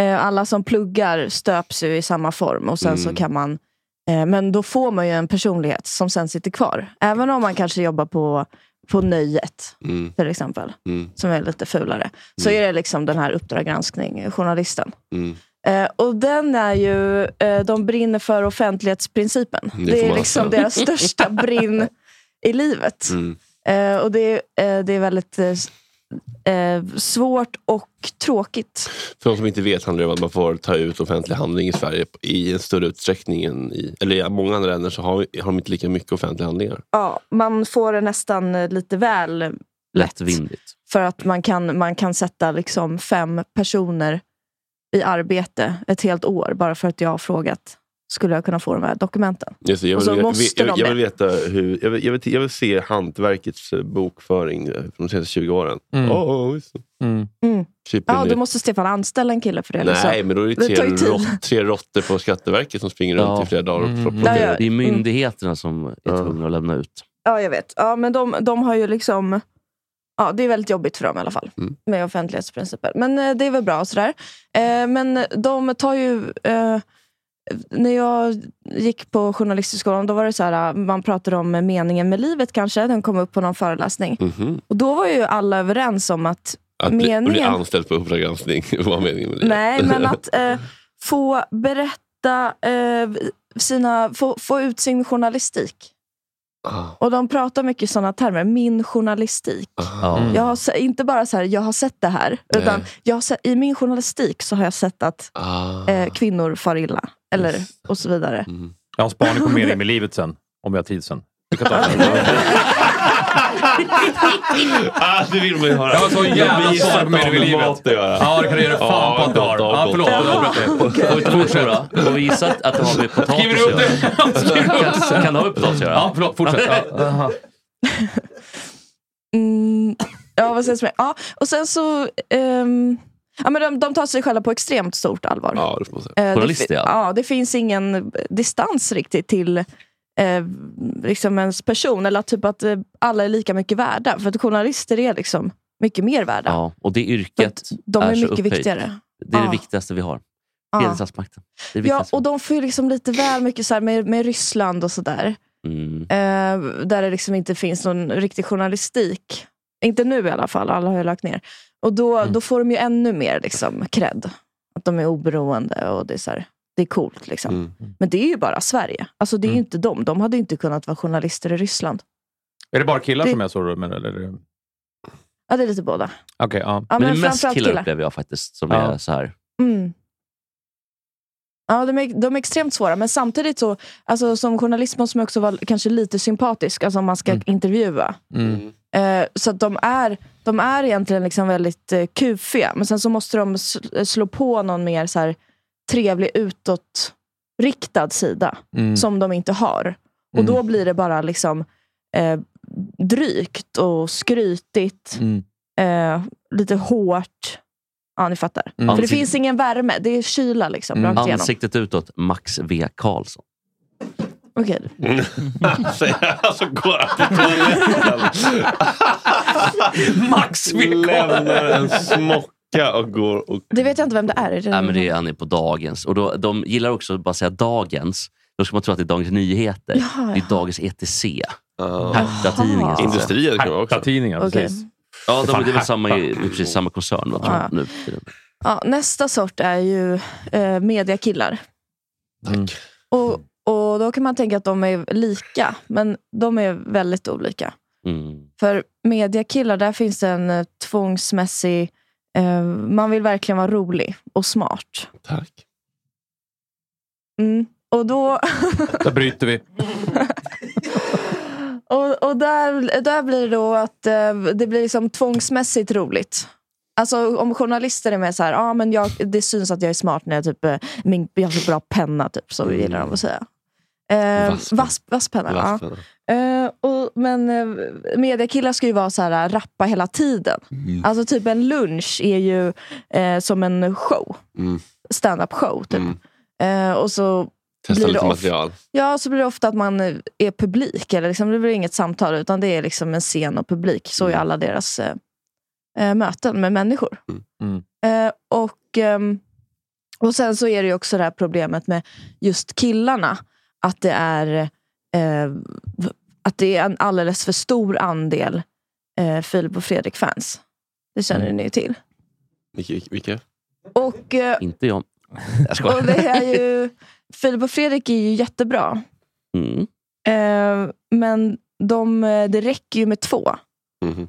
[SPEAKER 3] eh, alla som pluggar stöps ju i samma form. Och sen så
[SPEAKER 13] Mm.
[SPEAKER 3] kan man, eh, men då får man ju en personlighet som sen sitter kvar. Även om man kanske jobbar på, på Nöjet till exempel.
[SPEAKER 1] Mm.
[SPEAKER 3] Som är lite fulare. Så är det liksom den här Uppdrag granskning, journalisten.
[SPEAKER 1] Mm.
[SPEAKER 3] Eh, och den är ju, eh, de brinner för offentlighetsprincipen.
[SPEAKER 1] Det
[SPEAKER 3] Det,
[SPEAKER 1] får
[SPEAKER 3] är
[SPEAKER 1] man
[SPEAKER 3] liksom
[SPEAKER 1] säga.
[SPEAKER 3] deras största brinn i livet.
[SPEAKER 1] Mm.
[SPEAKER 3] Eh, och det, är- eh, det är väldigt eh, s- eh, svårt och tråkigt.
[SPEAKER 1] För de som inte vet handlar det om att man får ta ut offentlig handling i Sverige i en större utsträckning. Än i, eller i många andra länder så har, har de inte lika mycket offentliga handlingar.
[SPEAKER 3] Ja, man får det nästan eh, lite väl
[SPEAKER 2] Lättvindigt.
[SPEAKER 3] för att man kan, man kan sätta liksom fem personer i arbete ett helt år bara för att jag har frågat skulle jag kunna få de här dokumenten.
[SPEAKER 1] Just det, jag,
[SPEAKER 3] Och
[SPEAKER 1] vill,
[SPEAKER 3] så
[SPEAKER 1] veta-
[SPEAKER 3] måste
[SPEAKER 1] jag,
[SPEAKER 3] de
[SPEAKER 1] jag vill
[SPEAKER 3] det.
[SPEAKER 1] veta hur... Jag vill, jag vill, jag vill se hantverkets eh, bokföring eh, från de senaste 20 åren.
[SPEAKER 3] Mm.
[SPEAKER 1] Ja, ja, visst.
[SPEAKER 3] Mm.
[SPEAKER 1] Typ
[SPEAKER 3] Ja,
[SPEAKER 1] en-
[SPEAKER 3] då måste Stefan anställa en kille för det. liksom. eller så.
[SPEAKER 1] Nej, men då är det
[SPEAKER 3] tar
[SPEAKER 1] tre,
[SPEAKER 3] ju tid.
[SPEAKER 1] rått, tre råttor på Skatteverket som springer runt Mm. i flera dagar. Och plockar.
[SPEAKER 3] Ja, Mm. ja.
[SPEAKER 2] Det är myndigheterna som är tvungna att lämna ut.
[SPEAKER 3] Ja, jag vet. Ja, men de, de har ju liksom... Ja, det är väldigt jobbigt för dem i alla fall,
[SPEAKER 1] Mm.
[SPEAKER 3] med offentlighetsprincipen. Men eh, det är väl bra och sådär. Eh, men de tar ju... Eh, när jag gick på journalisthögskolan, då var det så här, eh, man pratade om meningen med livet kanske. Den kom upp på någon föreläsning.
[SPEAKER 1] Mhm.
[SPEAKER 3] Och då var ju alla överens om att,
[SPEAKER 1] Att bli,
[SPEAKER 3] meningen...
[SPEAKER 1] bli anställd på Uppdrag granskning var meningen med det.
[SPEAKER 3] Nej, men att eh, få berätta eh, sina... Få, få ut sin journalistik. Och de pratar mycket i sådana termer. Min journalistik.
[SPEAKER 2] Ja.
[SPEAKER 3] Jag har, se- inte bara så här, jag har sett det här. Utan
[SPEAKER 2] Nej.
[SPEAKER 3] jag har se- i min journalistik så har jag sett att eh, kvinnor far illa. Eller, och så vidare.
[SPEAKER 5] Jag har en spaning på mening med livet sen, om jag har tid sen. Vi kan ta det.
[SPEAKER 12] Ah, det vill man ju höra.
[SPEAKER 5] Jag har så jävla
[SPEAKER 12] Vi gissar
[SPEAKER 5] svar på mening med
[SPEAKER 12] om
[SPEAKER 5] livet.
[SPEAKER 12] mat att göra.
[SPEAKER 5] Ja, det kan du ge dig fan
[SPEAKER 12] Ja,
[SPEAKER 5] på att du har.
[SPEAKER 12] gott,
[SPEAKER 5] Ja,
[SPEAKER 12] gott.
[SPEAKER 5] förlåt, jag avbröt dig.
[SPEAKER 2] Fortsätt. Fortsätt. Och vi gissar att- att det har med potatis
[SPEAKER 5] Skriver du upp det?
[SPEAKER 2] Kan, kan det ha med potatis att göra?
[SPEAKER 5] Ja, förlåt. Fortsätt. Ja. Aha.
[SPEAKER 3] Mm, ja, vad sägs mer? Ja, och sen så... ehm, ja, men de, de tar sig själva på extremt stort allvar.
[SPEAKER 1] Ja, det får man
[SPEAKER 3] Eh,
[SPEAKER 1] säga.
[SPEAKER 3] det, fi- ja, det finns ingen distans riktigt till eh, liksom ens person. Eller att typ att eh, alla är lika mycket värda. För att journalister är liksom mycket mer värda.
[SPEAKER 2] Ja, och det yrket
[SPEAKER 3] de är
[SPEAKER 2] så
[SPEAKER 3] mycket
[SPEAKER 2] upphöjt.
[SPEAKER 3] viktigare.
[SPEAKER 2] Det är
[SPEAKER 3] Ja.
[SPEAKER 2] det viktigaste vi har.
[SPEAKER 3] Ja.
[SPEAKER 2] Medelhavsmakten. Det är det
[SPEAKER 3] Ja,
[SPEAKER 2] viktigaste.
[SPEAKER 3] och de får ju liksom lite väl mycket så här med, med Ryssland och sådär.
[SPEAKER 2] Mm.
[SPEAKER 3] Eh, där det liksom inte finns någon riktig journalistik. Inte nu i alla fall, alla har ju lagt ner. Och då,
[SPEAKER 2] Mm.
[SPEAKER 3] då får de ju ännu mer liksom cred. Att de är oberoende och det är, så här, det är coolt. Liksom.
[SPEAKER 2] Mm.
[SPEAKER 3] Men det är ju bara Sverige. Alltså det är ju inte de. De hade ju inte kunnat vara journalister i Ryssland.
[SPEAKER 5] Är det bara killar
[SPEAKER 3] Det-
[SPEAKER 5] som är så? Rumen, eller? Okej,
[SPEAKER 3] Ja, det är lite båda.
[SPEAKER 5] ja.
[SPEAKER 3] Ja,
[SPEAKER 2] men,
[SPEAKER 3] men
[SPEAKER 2] det är mest
[SPEAKER 3] framförallt
[SPEAKER 2] killar
[SPEAKER 3] killar.
[SPEAKER 2] upplever jag faktiskt som
[SPEAKER 5] Ja.
[SPEAKER 2] är så här.
[SPEAKER 3] Mm. Ja, de är, de är extremt svåra, men samtidigt så, alltså, som journalist måste man också vara kanske lite sympatisk, alltså om man ska
[SPEAKER 11] Mm.
[SPEAKER 3] intervjua. Eh, så att de är, de är egentligen liksom väldigt eh, kufiga, men sen så måste de sl- slå på någon mer så här, trevlig utåtriktad sida,
[SPEAKER 11] Mm.
[SPEAKER 3] som de inte har. Och
[SPEAKER 11] Mm.
[SPEAKER 3] då blir det bara liksom eh, drygt och skrytigt,
[SPEAKER 5] Mm.
[SPEAKER 3] eh, lite hårt. Ja, ni fattar.
[SPEAKER 2] Mm.
[SPEAKER 3] För det
[SPEAKER 2] Ansikte-
[SPEAKER 3] finns ingen värme, det är kyla liksom,
[SPEAKER 2] Mm.
[SPEAKER 3] rakt igenom.
[SPEAKER 2] Ansiktet utåt, Max V. Karlsson.
[SPEAKER 3] Okej.
[SPEAKER 12] Alltså går han på toaletten.
[SPEAKER 2] Max
[SPEAKER 12] Lämnar en smocka och går och...
[SPEAKER 3] Det vet jag inte vem det är. Är det
[SPEAKER 2] Nej,
[SPEAKER 3] någon-
[SPEAKER 2] men det är, han är på Dagens. Och då, de gillar också att bara säga Dagens. Då ska man tro att det är Dagens Nyheter.
[SPEAKER 3] Jaha,
[SPEAKER 2] Det är Dagens E ETC. Hertha-tidningen.
[SPEAKER 1] Industrier kan det vara också.
[SPEAKER 5] Hertha-tidningar,
[SPEAKER 3] Okej. precis.
[SPEAKER 2] Ja, de, det är väl
[SPEAKER 1] Hertha.
[SPEAKER 2] samma, i- precis samma koncern va, tror jag,
[SPEAKER 3] Ja.
[SPEAKER 2] nu för tiden.
[SPEAKER 3] Ja, nästa sort är ju eh, mediakillar.
[SPEAKER 2] Mm.
[SPEAKER 1] Tack.
[SPEAKER 3] Och, och då kan man tänka att de är lika, men de är väldigt olika.
[SPEAKER 2] Mm.
[SPEAKER 3] För mediakillar, där finns det en eh, tvångsmässig... Eh, man vill verkligen vara rolig och smart.
[SPEAKER 1] Tack.
[SPEAKER 3] Mm. Och då...
[SPEAKER 5] Där bryter vi.
[SPEAKER 3] Och, och där, där blir det då att eh, det blir liksom tvångsmässigt roligt. Alltså om journalister är med så här, ja men jag, det syns att jag är smart när jag typ, eh, min, jag har så bra penna typ, så gillar de att säga. Eh,
[SPEAKER 11] Vass-
[SPEAKER 3] vass, vass penna. Ja.
[SPEAKER 11] Vass
[SPEAKER 3] Eh, och, men eh, mediekillar ska ju vara så här, eh, rappa hela tiden.
[SPEAKER 11] Mm.
[SPEAKER 3] Alltså typ en lunch är ju eh, som en show. Stand-up show typ. Eh, och så
[SPEAKER 1] Testa
[SPEAKER 3] blir
[SPEAKER 1] lite
[SPEAKER 3] det of-
[SPEAKER 1] material.
[SPEAKER 3] Ja, så blir det ofta att man eh, är publik. Eller liksom, det blir inget samtal, utan det är liksom en scen och publik. Så är alla deras eh, eh, möten med människor. Eh, och, ehm, och sen så är det ju också det här problemet med just killarna. Att det är, eh, att det är en alldeles för stor andel eh, Filip och Fredrik-fans. Det känner ni ju till.
[SPEAKER 1] Vilka? vilka?
[SPEAKER 3] Och, eh,
[SPEAKER 2] Inte jag. Jag skojar.
[SPEAKER 3] och det är ju, Filip och Fredrik är ju jättebra.
[SPEAKER 2] Mm.
[SPEAKER 3] Eh, men de, eh, det räcker ju med två.
[SPEAKER 1] Mhm.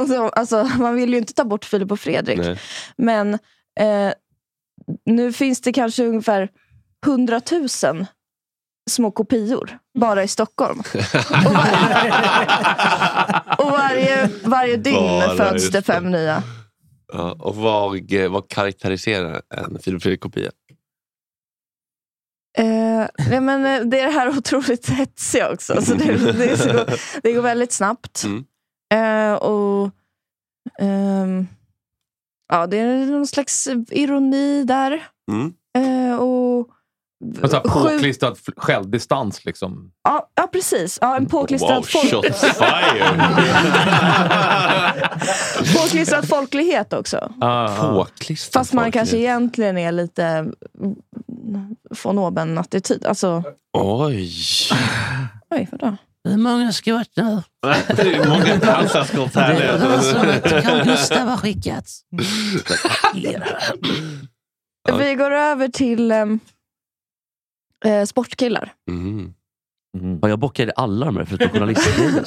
[SPEAKER 3] Och så, alltså, man vill ju inte ta bort Filip och Fredrik.
[SPEAKER 1] Nej.
[SPEAKER 3] Men eh, nu finns det kanske ungefär 100 000 små kopior bara i Stockholm. Och, var- och varje, varje dygn
[SPEAKER 1] Bara
[SPEAKER 3] föds
[SPEAKER 1] i
[SPEAKER 3] det fem nya.
[SPEAKER 1] Ja, och vad, eh, vad karaktäriserar en Filip Fredrik-kopia?
[SPEAKER 3] Eh, nej, men eh, det är det här otroligt hetsiga också. Så det, det, är så, går- det går väldigt snabbt. Eh, och ehm, ja, Det är någon slags ironi där.
[SPEAKER 1] Mm.
[SPEAKER 3] Eh, och,
[SPEAKER 5] En sån här
[SPEAKER 3] Sju-
[SPEAKER 5] påklistrad f- självdistans. Liksom.
[SPEAKER 3] ja, ja, precis. Ja, en påklistrad, folk, påklistrad folklighet också.
[SPEAKER 1] Påklistrad
[SPEAKER 3] Fast man
[SPEAKER 1] folklighet.
[SPEAKER 3] kanske egentligen är lite mm, von oben-attityd. Alltså,
[SPEAKER 1] Oj!
[SPEAKER 3] oj, vadå?
[SPEAKER 2] Hur många skott nu?
[SPEAKER 1] Det är många pansarskott här nu.
[SPEAKER 11] Det var som ett
[SPEAKER 2] Gustav har skickats.
[SPEAKER 3] Vi går över till ehm, eh, sportkillar.
[SPEAKER 1] Mm.
[SPEAKER 2] Fan, jag bockade alla de här förutom journalistgrejen.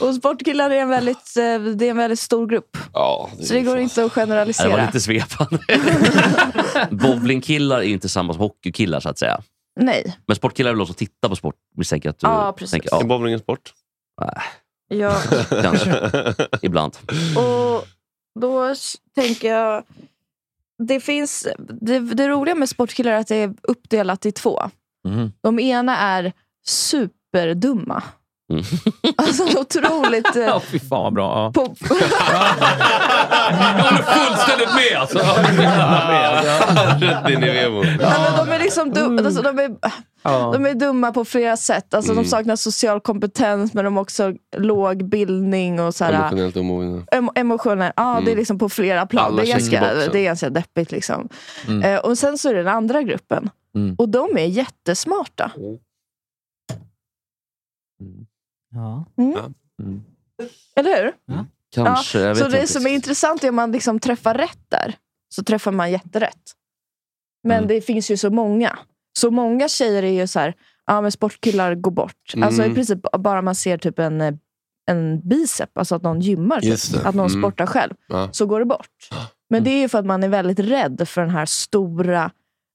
[SPEAKER 3] Och sportkillar är en väldigt, eh, det är en väldigt stor grupp.
[SPEAKER 2] ja,
[SPEAKER 3] Så det går inte att
[SPEAKER 2] det var
[SPEAKER 3] generalisera.
[SPEAKER 2] lite svepande. Bowlingkillar är inte samma som hockeykillar så att säga.
[SPEAKER 3] Nej.
[SPEAKER 2] Men sportkillar är väl de som tittar på sport? Misstänker jag att du
[SPEAKER 3] Ja, precis.
[SPEAKER 2] tänker.
[SPEAKER 3] Är
[SPEAKER 2] bowling en sport?
[SPEAKER 3] Ja.
[SPEAKER 2] Kanske. Ibland.
[SPEAKER 3] Och då s- tänker jag... Det, finns, det, det roliga med sportkillar är att det är uppdelat i två.
[SPEAKER 2] Mm.
[SPEAKER 3] De ena är superdumma.
[SPEAKER 2] Mm.
[SPEAKER 3] Alltså otroligt... eh,
[SPEAKER 5] Ja, fy fan vad bra. Ja.
[SPEAKER 3] På...
[SPEAKER 5] jag håller fullständigt med alltså.
[SPEAKER 1] Rätt in i vemod.
[SPEAKER 3] Nej, men de är liksom dum, alltså, de, är, de är dumma på flera sätt. Alltså,
[SPEAKER 1] Mm.
[SPEAKER 3] De saknar social kompetens men de har också låg bildning och så här,
[SPEAKER 1] Emotionellt omogna.
[SPEAKER 3] Em- emotioner, ja det är
[SPEAKER 1] Mm.
[SPEAKER 3] liksom på flera plan.
[SPEAKER 1] Alla
[SPEAKER 3] det, är
[SPEAKER 1] checkar
[SPEAKER 3] ganska,
[SPEAKER 1] boxen.
[SPEAKER 3] det är ganska deppigt. Liksom.
[SPEAKER 1] Mm.
[SPEAKER 3] Eh, och sen så är det den andra gruppen.
[SPEAKER 5] Mm.
[SPEAKER 3] Och de är jättesmarta.
[SPEAKER 1] Mm.
[SPEAKER 4] Ja.
[SPEAKER 3] Eller hur?
[SPEAKER 2] Kanske.
[SPEAKER 3] Ja,
[SPEAKER 2] Jag vet
[SPEAKER 3] så det
[SPEAKER 2] inte.
[SPEAKER 3] som är intressant är om man liksom träffar rätt där. Så träffar man jätterätt. Men det finns ju så många. Så många tjejer är ju så här, ja men sportkillar går bort.
[SPEAKER 1] Mm.
[SPEAKER 3] Alltså i princip bara man ser typ en, eh, en bicep, alltså att någon gymmar.
[SPEAKER 1] Just
[SPEAKER 3] Typ,
[SPEAKER 1] det.
[SPEAKER 3] att någon
[SPEAKER 1] Mm.
[SPEAKER 3] sportar själv.
[SPEAKER 1] Ja.
[SPEAKER 3] Så går det bort. Men det är ju för att man är väldigt rädd för den här stora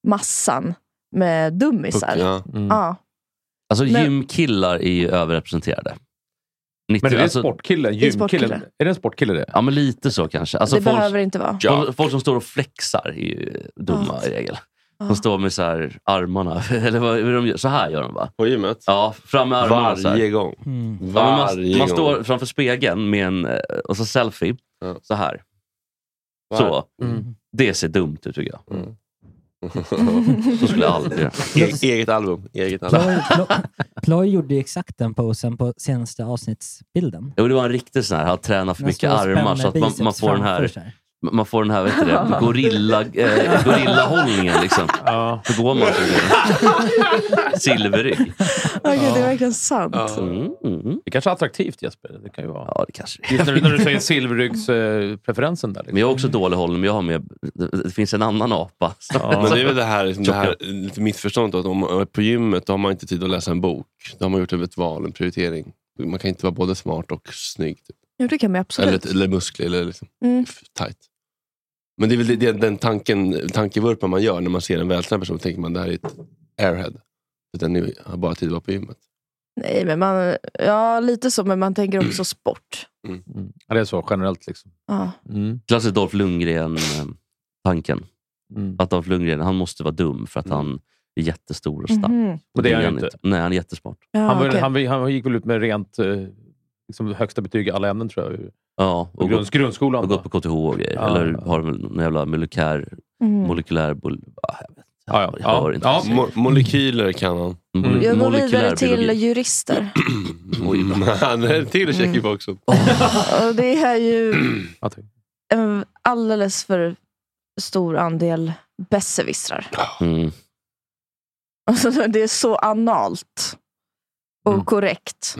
[SPEAKER 3] massan med dummisar.
[SPEAKER 2] Puck, ja. Mm.
[SPEAKER 3] Ja.
[SPEAKER 2] Alltså
[SPEAKER 3] Men-
[SPEAKER 2] gymkillar är ju överrepresenterade.
[SPEAKER 5] Men är det sportkillen?
[SPEAKER 3] Det är sportkille.
[SPEAKER 2] Gymkillen?
[SPEAKER 5] Är det en sportkille det?
[SPEAKER 2] Ja, men lite så kanske. Alltså,
[SPEAKER 3] Det behöver det inte vara.
[SPEAKER 2] Folk, folk som står och flexar är ju dumma
[SPEAKER 4] Ah.
[SPEAKER 3] Ja.
[SPEAKER 2] i regel. De
[SPEAKER 3] Ja.
[SPEAKER 2] står med så här armarna, eller vad hur de gör. Så här gör de va?
[SPEAKER 1] På gymmet?
[SPEAKER 2] Ja, fram med armarna så här. Mm.
[SPEAKER 1] Varje gång.
[SPEAKER 2] Ja, men
[SPEAKER 1] Varje
[SPEAKER 2] man, man
[SPEAKER 1] gång.
[SPEAKER 2] står framför spegeln med en eh, och så selfie. Så här. Så. Det ser dumt ut tycker jag. Så skulle jag aldrig göra.
[SPEAKER 1] E- eget album. Eget album.
[SPEAKER 4] Ploy, Plo- Ploy gjorde ju exakt den posen på senaste avsnittsbilden.
[SPEAKER 2] Jo, det var en riktig sån här, han tränar för
[SPEAKER 4] Den
[SPEAKER 2] mycket
[SPEAKER 4] står och
[SPEAKER 2] armar så
[SPEAKER 4] spänner
[SPEAKER 2] att man, man
[SPEAKER 4] biceps
[SPEAKER 2] får den här,
[SPEAKER 4] framför sig.
[SPEAKER 2] man får den här vet du det, gorilla, eh, gorillahållningen. Liksom. Så går man så går man. Silverrygg.
[SPEAKER 3] Åh, gud, det är verkligen sant.
[SPEAKER 5] Det kanske är attraktivt Jesper. Det kan ju vara.
[SPEAKER 2] Mm. Ja, det kanske
[SPEAKER 5] Just när, du- när du säger silverryggspreferensen där. Liksom.
[SPEAKER 2] Men jag har också dålig hållning, men jag har med, det det finns en annan apa.
[SPEAKER 1] Men det är väl det här, liksom, det här lite missförståndet att om man är på gymmet då har man inte tid att läsa en bok. Då har man gjort ett val, en prioritering. Man kan inte vara både smart och snygg. Typ.
[SPEAKER 3] Jo, det kan man ju absolut.
[SPEAKER 1] Eller, eller musklig eller liksom,
[SPEAKER 3] Mm.
[SPEAKER 1] tight. Men det är väl det, det, den tanken, tankevurpan man gör när man ser en vältränad person. Då tänker man det här är ett airhead. För den är, har bara tid att vara på gymmet.
[SPEAKER 3] Nej, men man, ja, lite så, men man tänker också sport.
[SPEAKER 5] Mm. Ja, det är så generellt. Liksom.
[SPEAKER 3] Ja.
[SPEAKER 2] Klassisk Dolph Lundgren-tanken.
[SPEAKER 5] Mm.
[SPEAKER 2] Att Dolph Lundgren han måste vara dum för att han är jättestor och stark.
[SPEAKER 3] Mhm.
[SPEAKER 5] Och det är han ju inte.
[SPEAKER 2] Nej, han är jättesmart.
[SPEAKER 3] Ja,
[SPEAKER 5] han, var,
[SPEAKER 3] okej.
[SPEAKER 5] han, han gick väl ut med rent eh, liksom, högsta betyg i alla ämnen tror jag.
[SPEAKER 2] Ja,
[SPEAKER 5] På grunds- grundskolan.
[SPEAKER 2] Och gått på KTH och grejer.
[SPEAKER 5] Ja.
[SPEAKER 2] Eller har väl någon jävla molekär...
[SPEAKER 3] Mm.
[SPEAKER 2] Molekylär... Bol, ah, jag vet inte.
[SPEAKER 5] Ja, Mm.
[SPEAKER 2] Jag hör inte.
[SPEAKER 1] Mo- molekyler kan han.
[SPEAKER 2] Mm.
[SPEAKER 3] Jag går vidare till
[SPEAKER 2] Molekylärbiologi.
[SPEAKER 3] jurister.
[SPEAKER 1] Mm. Han är en till check
[SPEAKER 3] Mm.
[SPEAKER 1] i boxen.
[SPEAKER 3] Och det är ju
[SPEAKER 5] Ja,
[SPEAKER 3] en alldeles för stor andel besserwissrar.
[SPEAKER 2] Mm.
[SPEAKER 3] Alltså, det är så analt och
[SPEAKER 5] Mm.
[SPEAKER 3] korrekt.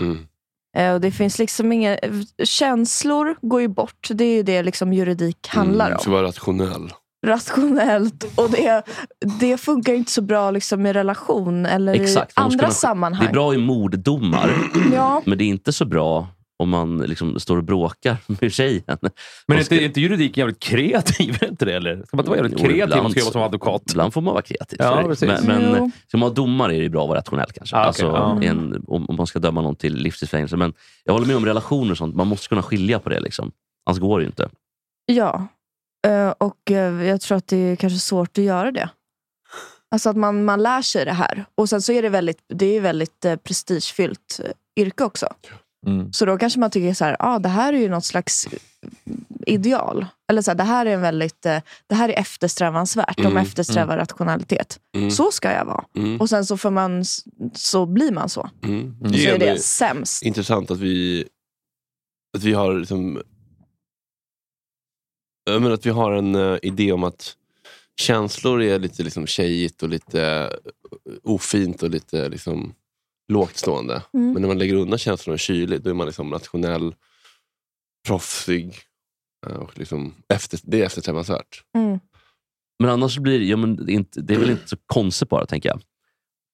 [SPEAKER 3] Eh, Och det finns liksom inga... Känslor går ju bort. Det är ju det liksom juridik handlar
[SPEAKER 5] Mm,
[SPEAKER 3] om.
[SPEAKER 1] Ska vara rationell.
[SPEAKER 3] rationellt och det, det funkar ju inte så bra liksom i relation eller
[SPEAKER 2] Exakt.
[SPEAKER 3] i
[SPEAKER 2] man måste
[SPEAKER 3] andra
[SPEAKER 2] kunna-
[SPEAKER 3] sammanhang.
[SPEAKER 2] Det är bra i morddomar,
[SPEAKER 3] Ja.
[SPEAKER 2] men det är inte så bra om man liksom står och bråkar med tjejen.
[SPEAKER 5] Men är inte, är inte juridiken jävligt kreativ? Är inte det, eller? Ska man inte vara jävligt
[SPEAKER 2] Jo,
[SPEAKER 5] kreativ om man
[SPEAKER 2] ibland
[SPEAKER 5] ska jobba som
[SPEAKER 2] så-
[SPEAKER 5] advokat?
[SPEAKER 2] Ibland får man vara kreativ.
[SPEAKER 5] Ja,
[SPEAKER 2] Fredrik.
[SPEAKER 5] precis.
[SPEAKER 2] men men
[SPEAKER 5] Jo.
[SPEAKER 2] eh, ska man vara domare är det bra att vara rationell kanske.
[SPEAKER 5] Ah, okej,
[SPEAKER 2] alltså,
[SPEAKER 5] ja.
[SPEAKER 2] en, om, om man ska döma någon till livstidsfängelse. Men jag håller med om relationer och sånt. Man måste kunna skilja på det. Liksom. Annars går det ju inte.
[SPEAKER 3] Ja. Eh, Och eh, jag tror att det är kanske svårt att göra det. Alltså att man, man lär sig det här. Och sen så är det väldigt, det är väldigt eh, prestigefyllt eh, yrke också.
[SPEAKER 2] Mm.
[SPEAKER 3] Så då kanske man tycker så här, ah, det här är ju något slags eh, ideal. Eller så här, det här är en väldigt, eh, det här är eftersträvansvärt.
[SPEAKER 1] Mm,
[SPEAKER 3] De eftersträvar
[SPEAKER 1] mm.
[SPEAKER 3] rationalitet.
[SPEAKER 1] Mm.
[SPEAKER 3] Så ska jag vara.
[SPEAKER 1] Mm.
[SPEAKER 3] Och sen så, får man, s- så blir man så.
[SPEAKER 1] Mm.
[SPEAKER 3] Så är det sämst.
[SPEAKER 1] Intressant att vi, att vi har liksom, jag menar att vi har en eh, idé om att känslor är lite liksom tjejigt och lite eh, ofint och lite liksom lågt stående.
[SPEAKER 3] Mm.
[SPEAKER 1] Men när man lägger undan känslorna och kyligt, då är man liksom rationell, proffsig. eh, Och liksom efter, det är eftersträvansvärt.
[SPEAKER 3] Mm.
[SPEAKER 2] Men annars blir ja, men det, är inte, det är väl inte så konstigt bara, tänker jag.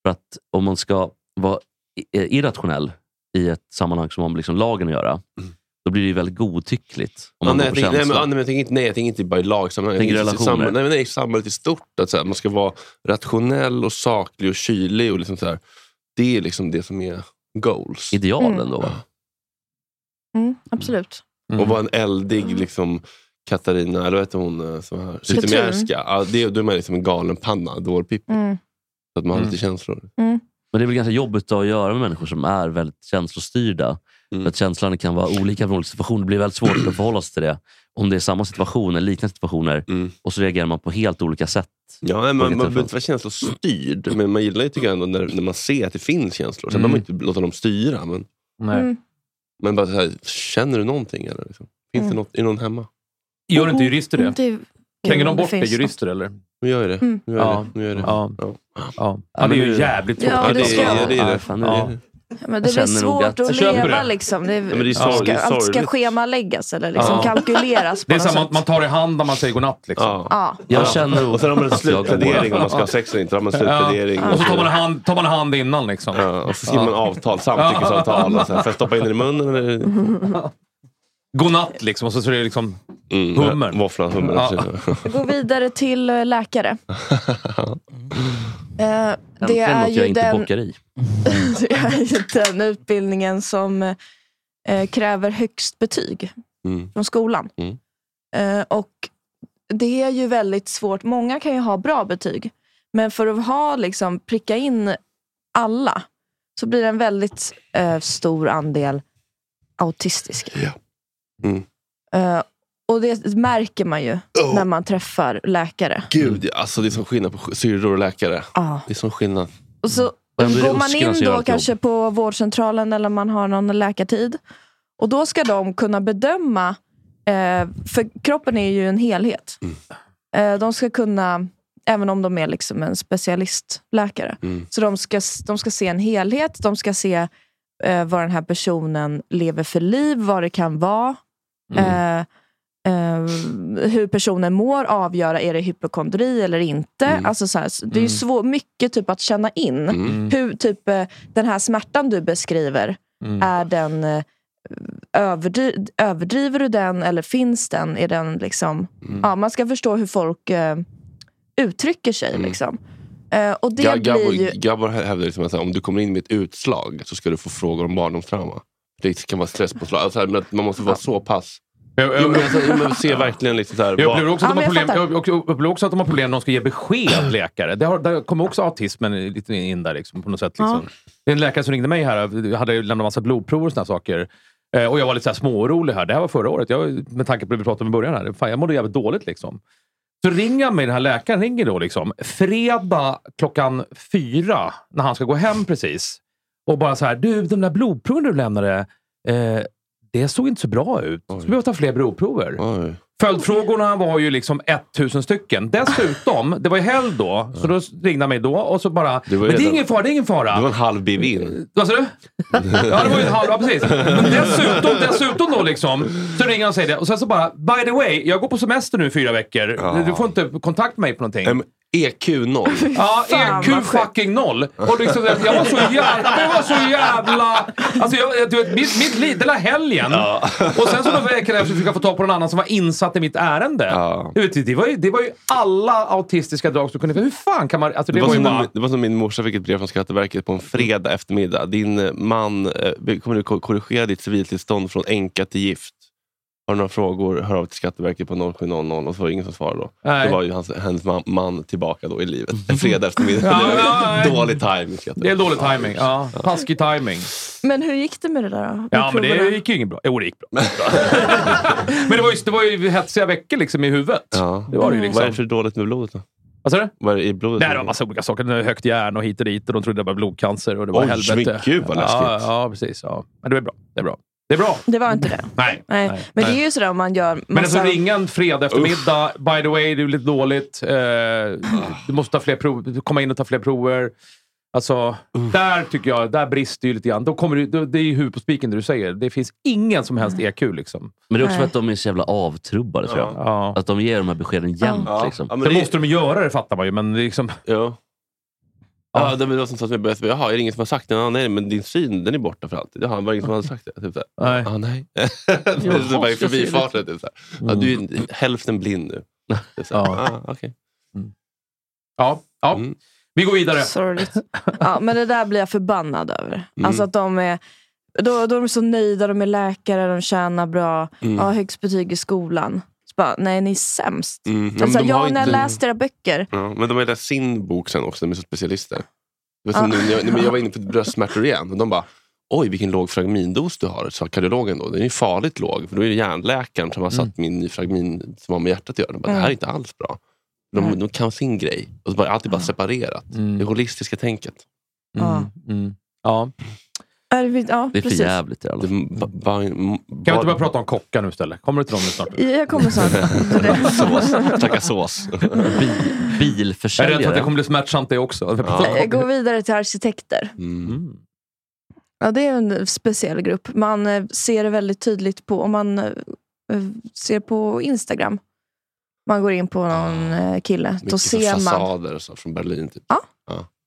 [SPEAKER 2] För att om man ska vara i- eh, irrationell i ett sammanhang som har med liksom lagen att göra, då blir det ju väldigt godtyckligt. Om
[SPEAKER 1] Mm. Ja,
[SPEAKER 2] man går
[SPEAKER 1] nej, jag
[SPEAKER 2] på
[SPEAKER 1] tänker- nej, men,
[SPEAKER 2] känsla.
[SPEAKER 1] ja, nej, men jag tänker inte, nej, jag tänker inte bara i lagsammanhang.
[SPEAKER 2] Tänker
[SPEAKER 1] tänker i
[SPEAKER 2] relationer.
[SPEAKER 1] samhället- nej, men nej, i samhället i stort. Att så här, man ska vara rationell och saklig och kylig. Och liksom så här, det är liksom det som är goals.
[SPEAKER 2] Idealen
[SPEAKER 3] Mm.
[SPEAKER 2] då, va?
[SPEAKER 3] Mm, absolut.
[SPEAKER 1] Och vara en eldig liksom, Katarina, eller vet du hon eh, som är här?
[SPEAKER 3] Katrin.
[SPEAKER 1] Zytomierska. Ja, det, då är man liksom en galen panna, dårpippi.
[SPEAKER 3] Mm.
[SPEAKER 1] Så att man har
[SPEAKER 2] Mm.
[SPEAKER 1] lite känslor.
[SPEAKER 3] Mm.
[SPEAKER 2] Men det är väl ganska jobbigt att göra med människor som är väldigt känslostyrda.
[SPEAKER 1] Mm.
[SPEAKER 2] För att känslan kan vara olika från olika situationer. Det blir väldigt svårt att förhålla sig till det. Om det är samma situation eller liknande situationer
[SPEAKER 1] Mm.
[SPEAKER 2] och så reagerar man på helt olika sätt.
[SPEAKER 1] Ja, nej,
[SPEAKER 2] På
[SPEAKER 1] man, man
[SPEAKER 2] olika
[SPEAKER 1] behöver
[SPEAKER 2] tillfällen.
[SPEAKER 1] inte vara känslostyrd, men man gillar ju tycker jag ändå när, när man ser att det finns känslor. Sen
[SPEAKER 2] Mm.
[SPEAKER 1] behöver man inte låta dem styra. Men,
[SPEAKER 5] Nej. Mm.
[SPEAKER 1] men bara så här, känner du någonting? Eller, liksom? Finns
[SPEAKER 3] Mm.
[SPEAKER 1] det något, är någon hemma?
[SPEAKER 5] Gör inte jurister det?
[SPEAKER 3] Det-
[SPEAKER 5] Tränger de
[SPEAKER 3] det
[SPEAKER 5] bort det,
[SPEAKER 3] finns
[SPEAKER 5] jurister eller?
[SPEAKER 1] Nu gör jag det.
[SPEAKER 3] Mm.
[SPEAKER 1] Nu gör jag
[SPEAKER 5] Ja.
[SPEAKER 1] det. Nu gör jag det.
[SPEAKER 5] Ja.
[SPEAKER 1] Ja.
[SPEAKER 5] Ja. Ja, det är ju jävligt
[SPEAKER 3] Ja, det
[SPEAKER 1] det,
[SPEAKER 3] ska-
[SPEAKER 1] är- det är det.
[SPEAKER 2] fan,
[SPEAKER 1] Ja.
[SPEAKER 3] Ja, Men det
[SPEAKER 1] Jag
[SPEAKER 3] blir
[SPEAKER 1] känner nog
[SPEAKER 3] svårt
[SPEAKER 1] att-
[SPEAKER 3] att,
[SPEAKER 1] Jag köper
[SPEAKER 3] leva.
[SPEAKER 1] det.
[SPEAKER 3] Liksom. Det,
[SPEAKER 1] Ja, men det är
[SPEAKER 3] ska,
[SPEAKER 1] sorgligt,
[SPEAKER 3] allt ska
[SPEAKER 1] sorgligt.
[SPEAKER 3] schemaläggas eller liksom
[SPEAKER 1] Ja.
[SPEAKER 3] kalkyleras. På
[SPEAKER 5] Det är
[SPEAKER 3] något
[SPEAKER 5] så här, man,
[SPEAKER 3] sätt.
[SPEAKER 5] man tar i hand när man säger godnatt. Liksom.
[SPEAKER 3] Ja.
[SPEAKER 2] Jag känner nog
[SPEAKER 1] Och sen har man en
[SPEAKER 2] att jag går.
[SPEAKER 1] slutplädering om man ska ha sex eller inte. Då Har man en slutplädering.
[SPEAKER 5] Och så tar man, i hand, tar man i hand innan. Liksom.
[SPEAKER 1] Ja, och så skriver man avtal, samtyckesavtal. Och så här, får jag stoppa in den i munnen? Eller?
[SPEAKER 3] Mm.
[SPEAKER 5] Godnatt liksom, och så, så är det liksom hummern.
[SPEAKER 1] Mm. Våfflan, hummern.
[SPEAKER 3] Vi går vidare till eh, läkare. Eh, det är ju den,
[SPEAKER 2] i.
[SPEAKER 3] det är ju den utbildningen som eh, kräver högst betyg från skolan.
[SPEAKER 1] Mm.
[SPEAKER 3] Eh, och det är ju väldigt svårt. Många kan ju ha bra betyg, men för att ha liksom, pricka in alla så blir det en väldigt eh, stor andel autistiska.
[SPEAKER 1] Mm.
[SPEAKER 3] Eh, och det märker man ju när man träffar läkare.
[SPEAKER 1] Gud, alltså det är som skillnad på syrror och läkare. Det är som skillnad.
[SPEAKER 3] Och så
[SPEAKER 1] Men då är det
[SPEAKER 3] går man
[SPEAKER 1] oskarna som
[SPEAKER 3] in
[SPEAKER 1] gör
[SPEAKER 3] då
[SPEAKER 1] allt jobb.
[SPEAKER 3] kanske på vårdcentralen eller man har någon läkartid. Och då ska de kunna bedöma, eh, för kroppen är ju en helhet.
[SPEAKER 1] Mm.
[SPEAKER 3] Eh, de ska kunna, även om de är liksom en specialistläkare,
[SPEAKER 1] Mm.
[SPEAKER 3] så de ska, de ska se en helhet, de ska se eh, vad den här personen lever för liv, vad det kan vara.
[SPEAKER 5] Mm.
[SPEAKER 3] Eh, eh, hur personen mår, avgöra är det hypokondri eller inte.
[SPEAKER 5] Mm.
[SPEAKER 3] Alltså så här, s- det är ju svår, mycket typ att känna in.
[SPEAKER 1] Mm.
[SPEAKER 3] Hur typ, eh, Den här smärtan du beskriver,
[SPEAKER 1] Mm.
[SPEAKER 3] är den eh, överdri- överdriver du den eller finns den? Är den liksom,
[SPEAKER 5] Mm.
[SPEAKER 3] ja, man ska förstå hur folk eh, uttrycker sig.
[SPEAKER 5] Mm.
[SPEAKER 3] Liksom. Eh, och det
[SPEAKER 1] Ga- Gabor,
[SPEAKER 3] blir ju...
[SPEAKER 1] Gabor hävdar liksom att så här, om du kommer in med ett utslag så ska du få frågor om barndomstrauma. Det kan vara stresspåslag. Alltså, här, men att man måste vara så pass...
[SPEAKER 5] Jag,
[SPEAKER 1] jo, men, alltså, jo, men, se verkligen liksom så här,
[SPEAKER 5] Jag
[SPEAKER 1] vad-
[SPEAKER 5] upplever, också att de har
[SPEAKER 1] Ja, men
[SPEAKER 5] problem,
[SPEAKER 1] jag
[SPEAKER 5] jag upplever också att de har problem när de ska ge besked, läkare. Det har, där kommer också autismen lite in där liksom, på något sätt. Liksom.
[SPEAKER 1] Ja.
[SPEAKER 5] Det är en läkare som ringde mig här. Jag hade lämnat massa blodprover och såna här saker. Eh, och jag var lite så här småorolig här. Det här var förra året. Jag, med tanke på det vi pratade om i början här. Fan, jag mådde jävligt dåligt liksom. Så ringer han mig, den här läkaren ringer då liksom. Fredag klockan fyra, när han ska gå hem precis. Och bara så här, du de där blodproven du lämnade. Eh, det såg inte så bra ut. Så vi behöver ta fler blodprover. Följdfrågorna var ju liksom 1000 stycken. Dessutom, det var ju helg då, så då ringde han mig då och så bara...
[SPEAKER 1] Du var ju
[SPEAKER 5] Men det är
[SPEAKER 1] redan-
[SPEAKER 5] ingen fara, det är ingen fara.
[SPEAKER 1] Du var en halv BB in.
[SPEAKER 5] Vad sa du? Ja, det var ju en halv, ja, precis. Men dessutom, dessutom då liksom, så ringer han och säger det. Och sen så bara, by the way, jag går på semester nu i fyra veckor. Du får inte kontakt med mig på någonting.
[SPEAKER 1] EQ 0.
[SPEAKER 5] Ja,
[SPEAKER 1] Fan,
[SPEAKER 5] EQ
[SPEAKER 1] vad sjukt.
[SPEAKER 5] fucking noll. Och liksom, jag var så jävla... Jag var så jävla... Alltså, jag, du vet, mitt, mitt liv, den där helgen. Och sen så några veckor efter försöka få tag på någon annan som var insatt i mitt ärende. Du vet, det, var ju, det var ju alla autistiska drag som kunde... Hur fan kan man... Alltså, det,
[SPEAKER 1] Det var,
[SPEAKER 5] var
[SPEAKER 1] som
[SPEAKER 5] ju bara...
[SPEAKER 1] min, det var som min morsa fick ett brev från Skatteverket på en fredag eftermiddag. Din eh, man eh, vi kommer nu ko- korrigera ditt civiltillstånd från änka till gift. Har du några frågor, hör av till Skatteverket på 0700. Och så var det ingen som svarade då.
[SPEAKER 5] Nej.
[SPEAKER 1] Det var ju hans, hennes man, man tillbaka då i livet. En fredag eftermiddag.
[SPEAKER 5] Ja,
[SPEAKER 1] Det var
[SPEAKER 5] ja, ja.
[SPEAKER 1] dålig timing.
[SPEAKER 5] Det är dålig timing. Ja, taskig timing.
[SPEAKER 3] Men hur gick det med det där? då?
[SPEAKER 5] Ja,
[SPEAKER 3] Med
[SPEAKER 5] men det
[SPEAKER 3] proverna?
[SPEAKER 5] gick ju inget bra. Jo, det gick bra. men det var ju, det var ju hetsiga veckor liksom i huvudet. Det var det ju liksom.
[SPEAKER 1] Vad är det för dåligt med blodet då?
[SPEAKER 5] Vad sa du?
[SPEAKER 1] Vad är det i blodet?
[SPEAKER 5] Nej, det var massa olika saker. Det var Högt järn och hit och dit. Och de trodde det var blodcancer. Och det var
[SPEAKER 1] Oj,
[SPEAKER 5] helvete.
[SPEAKER 1] men gud, vad läskigt.
[SPEAKER 5] Ja, ja precis. Ja. Men det är bra. Det är bra. Det är bra.
[SPEAKER 3] Det var inte det.
[SPEAKER 5] Nej.
[SPEAKER 3] Nej. Men
[SPEAKER 5] Nej.
[SPEAKER 3] det är ju sådär om man gör massa...
[SPEAKER 5] Men alltså ringa en fredag eftermiddag. By the way, du är lite dåligt. Eh, du måste ta fler prov, du komma in och ta fler prover. Alltså, där tycker jag, där brister ju lite grann. Då kommer du, då, det är ju huvudet på spiken det du säger. Det finns ingen som helst EQ liksom.
[SPEAKER 2] Men det är också för
[SPEAKER 5] Nej.
[SPEAKER 2] att de är så jävla avtrubbade tror jag. Att de ger de här beskeden jämt. Liksom.
[SPEAKER 5] Sen måste de göra det fattar man ju, men liksom...
[SPEAKER 1] Ja. Ja, det var någon som sa till mig, på SVT, jaha, är det ingen som har sagt det? Ja, nej, men din syn den är borta för alltid. Jaha, var det ingen som hade sagt det? Typ så här.
[SPEAKER 5] Nej.
[SPEAKER 1] Ah, nej. det
[SPEAKER 5] Jaha,
[SPEAKER 1] är så bara i
[SPEAKER 5] ska se
[SPEAKER 1] förbifarten.
[SPEAKER 5] lite.
[SPEAKER 1] Typ så här. ja, du är ju hälften blind nu. Det är så här,
[SPEAKER 5] Mm. Ja. Mm.
[SPEAKER 1] ah, okej. Mm.
[SPEAKER 5] Ja, ja. vi går vidare.
[SPEAKER 3] Sorgligt. Ja, men det där blir jag förbannad över.
[SPEAKER 5] Mm.
[SPEAKER 3] Alltså att de är, då, då är de så nöjda, de är läkare, de tjänar bra,
[SPEAKER 1] Mm.
[SPEAKER 3] har högst betyg i skolan. Så bara, nej ni är sämst.
[SPEAKER 1] Mm. Ja, men
[SPEAKER 3] Alltså,
[SPEAKER 1] de
[SPEAKER 3] ja,
[SPEAKER 1] har ju
[SPEAKER 3] när jag
[SPEAKER 1] inte-
[SPEAKER 3] läste era böcker.
[SPEAKER 1] Ja, men de har ju läst sin bok sen också, de är så specialister. Det var som
[SPEAKER 3] Ah.
[SPEAKER 1] nu, när jag, när jag var inne på bröstsmärtor igen och de bara Oj, vilken låg fragmindos du har, sa kardiologen då. Den är ju farligt låg, för då är det hjärnläkaren som har satt min nyfragmin som har med hjärtat att göra. De bara, det här är
[SPEAKER 3] Mm.
[SPEAKER 1] inte alls bra. De,
[SPEAKER 3] Mm.
[SPEAKER 1] de kan sin grej. Och så bara, allt är bara separerat. Det holistiska tänket.
[SPEAKER 3] Ja.
[SPEAKER 1] Ja.
[SPEAKER 3] Ja, det finns- Ja, precis.
[SPEAKER 1] i alla fall.
[SPEAKER 5] Kan vi inte börja prata om kockar nu istället? Kommer du till dem nu snart?
[SPEAKER 3] Jag kommer snart.
[SPEAKER 2] Sås.
[SPEAKER 1] Käka sås.
[SPEAKER 5] Jag är rädd för att det
[SPEAKER 2] Bilförsäljare.
[SPEAKER 5] kommer bli smärtsamt det också.
[SPEAKER 3] Jag går vidare till arkitekter.
[SPEAKER 1] Mm.
[SPEAKER 3] Ja, det är en speciell grupp. Man eh, ser det väldigt tydligt på, om man eh, ser på Instagram. Man går in på någon eh, kille,
[SPEAKER 1] Ah,
[SPEAKER 3] då
[SPEAKER 1] Mycket så
[SPEAKER 3] ser man.
[SPEAKER 1] fasader och så från Berlin. Typ. Ja.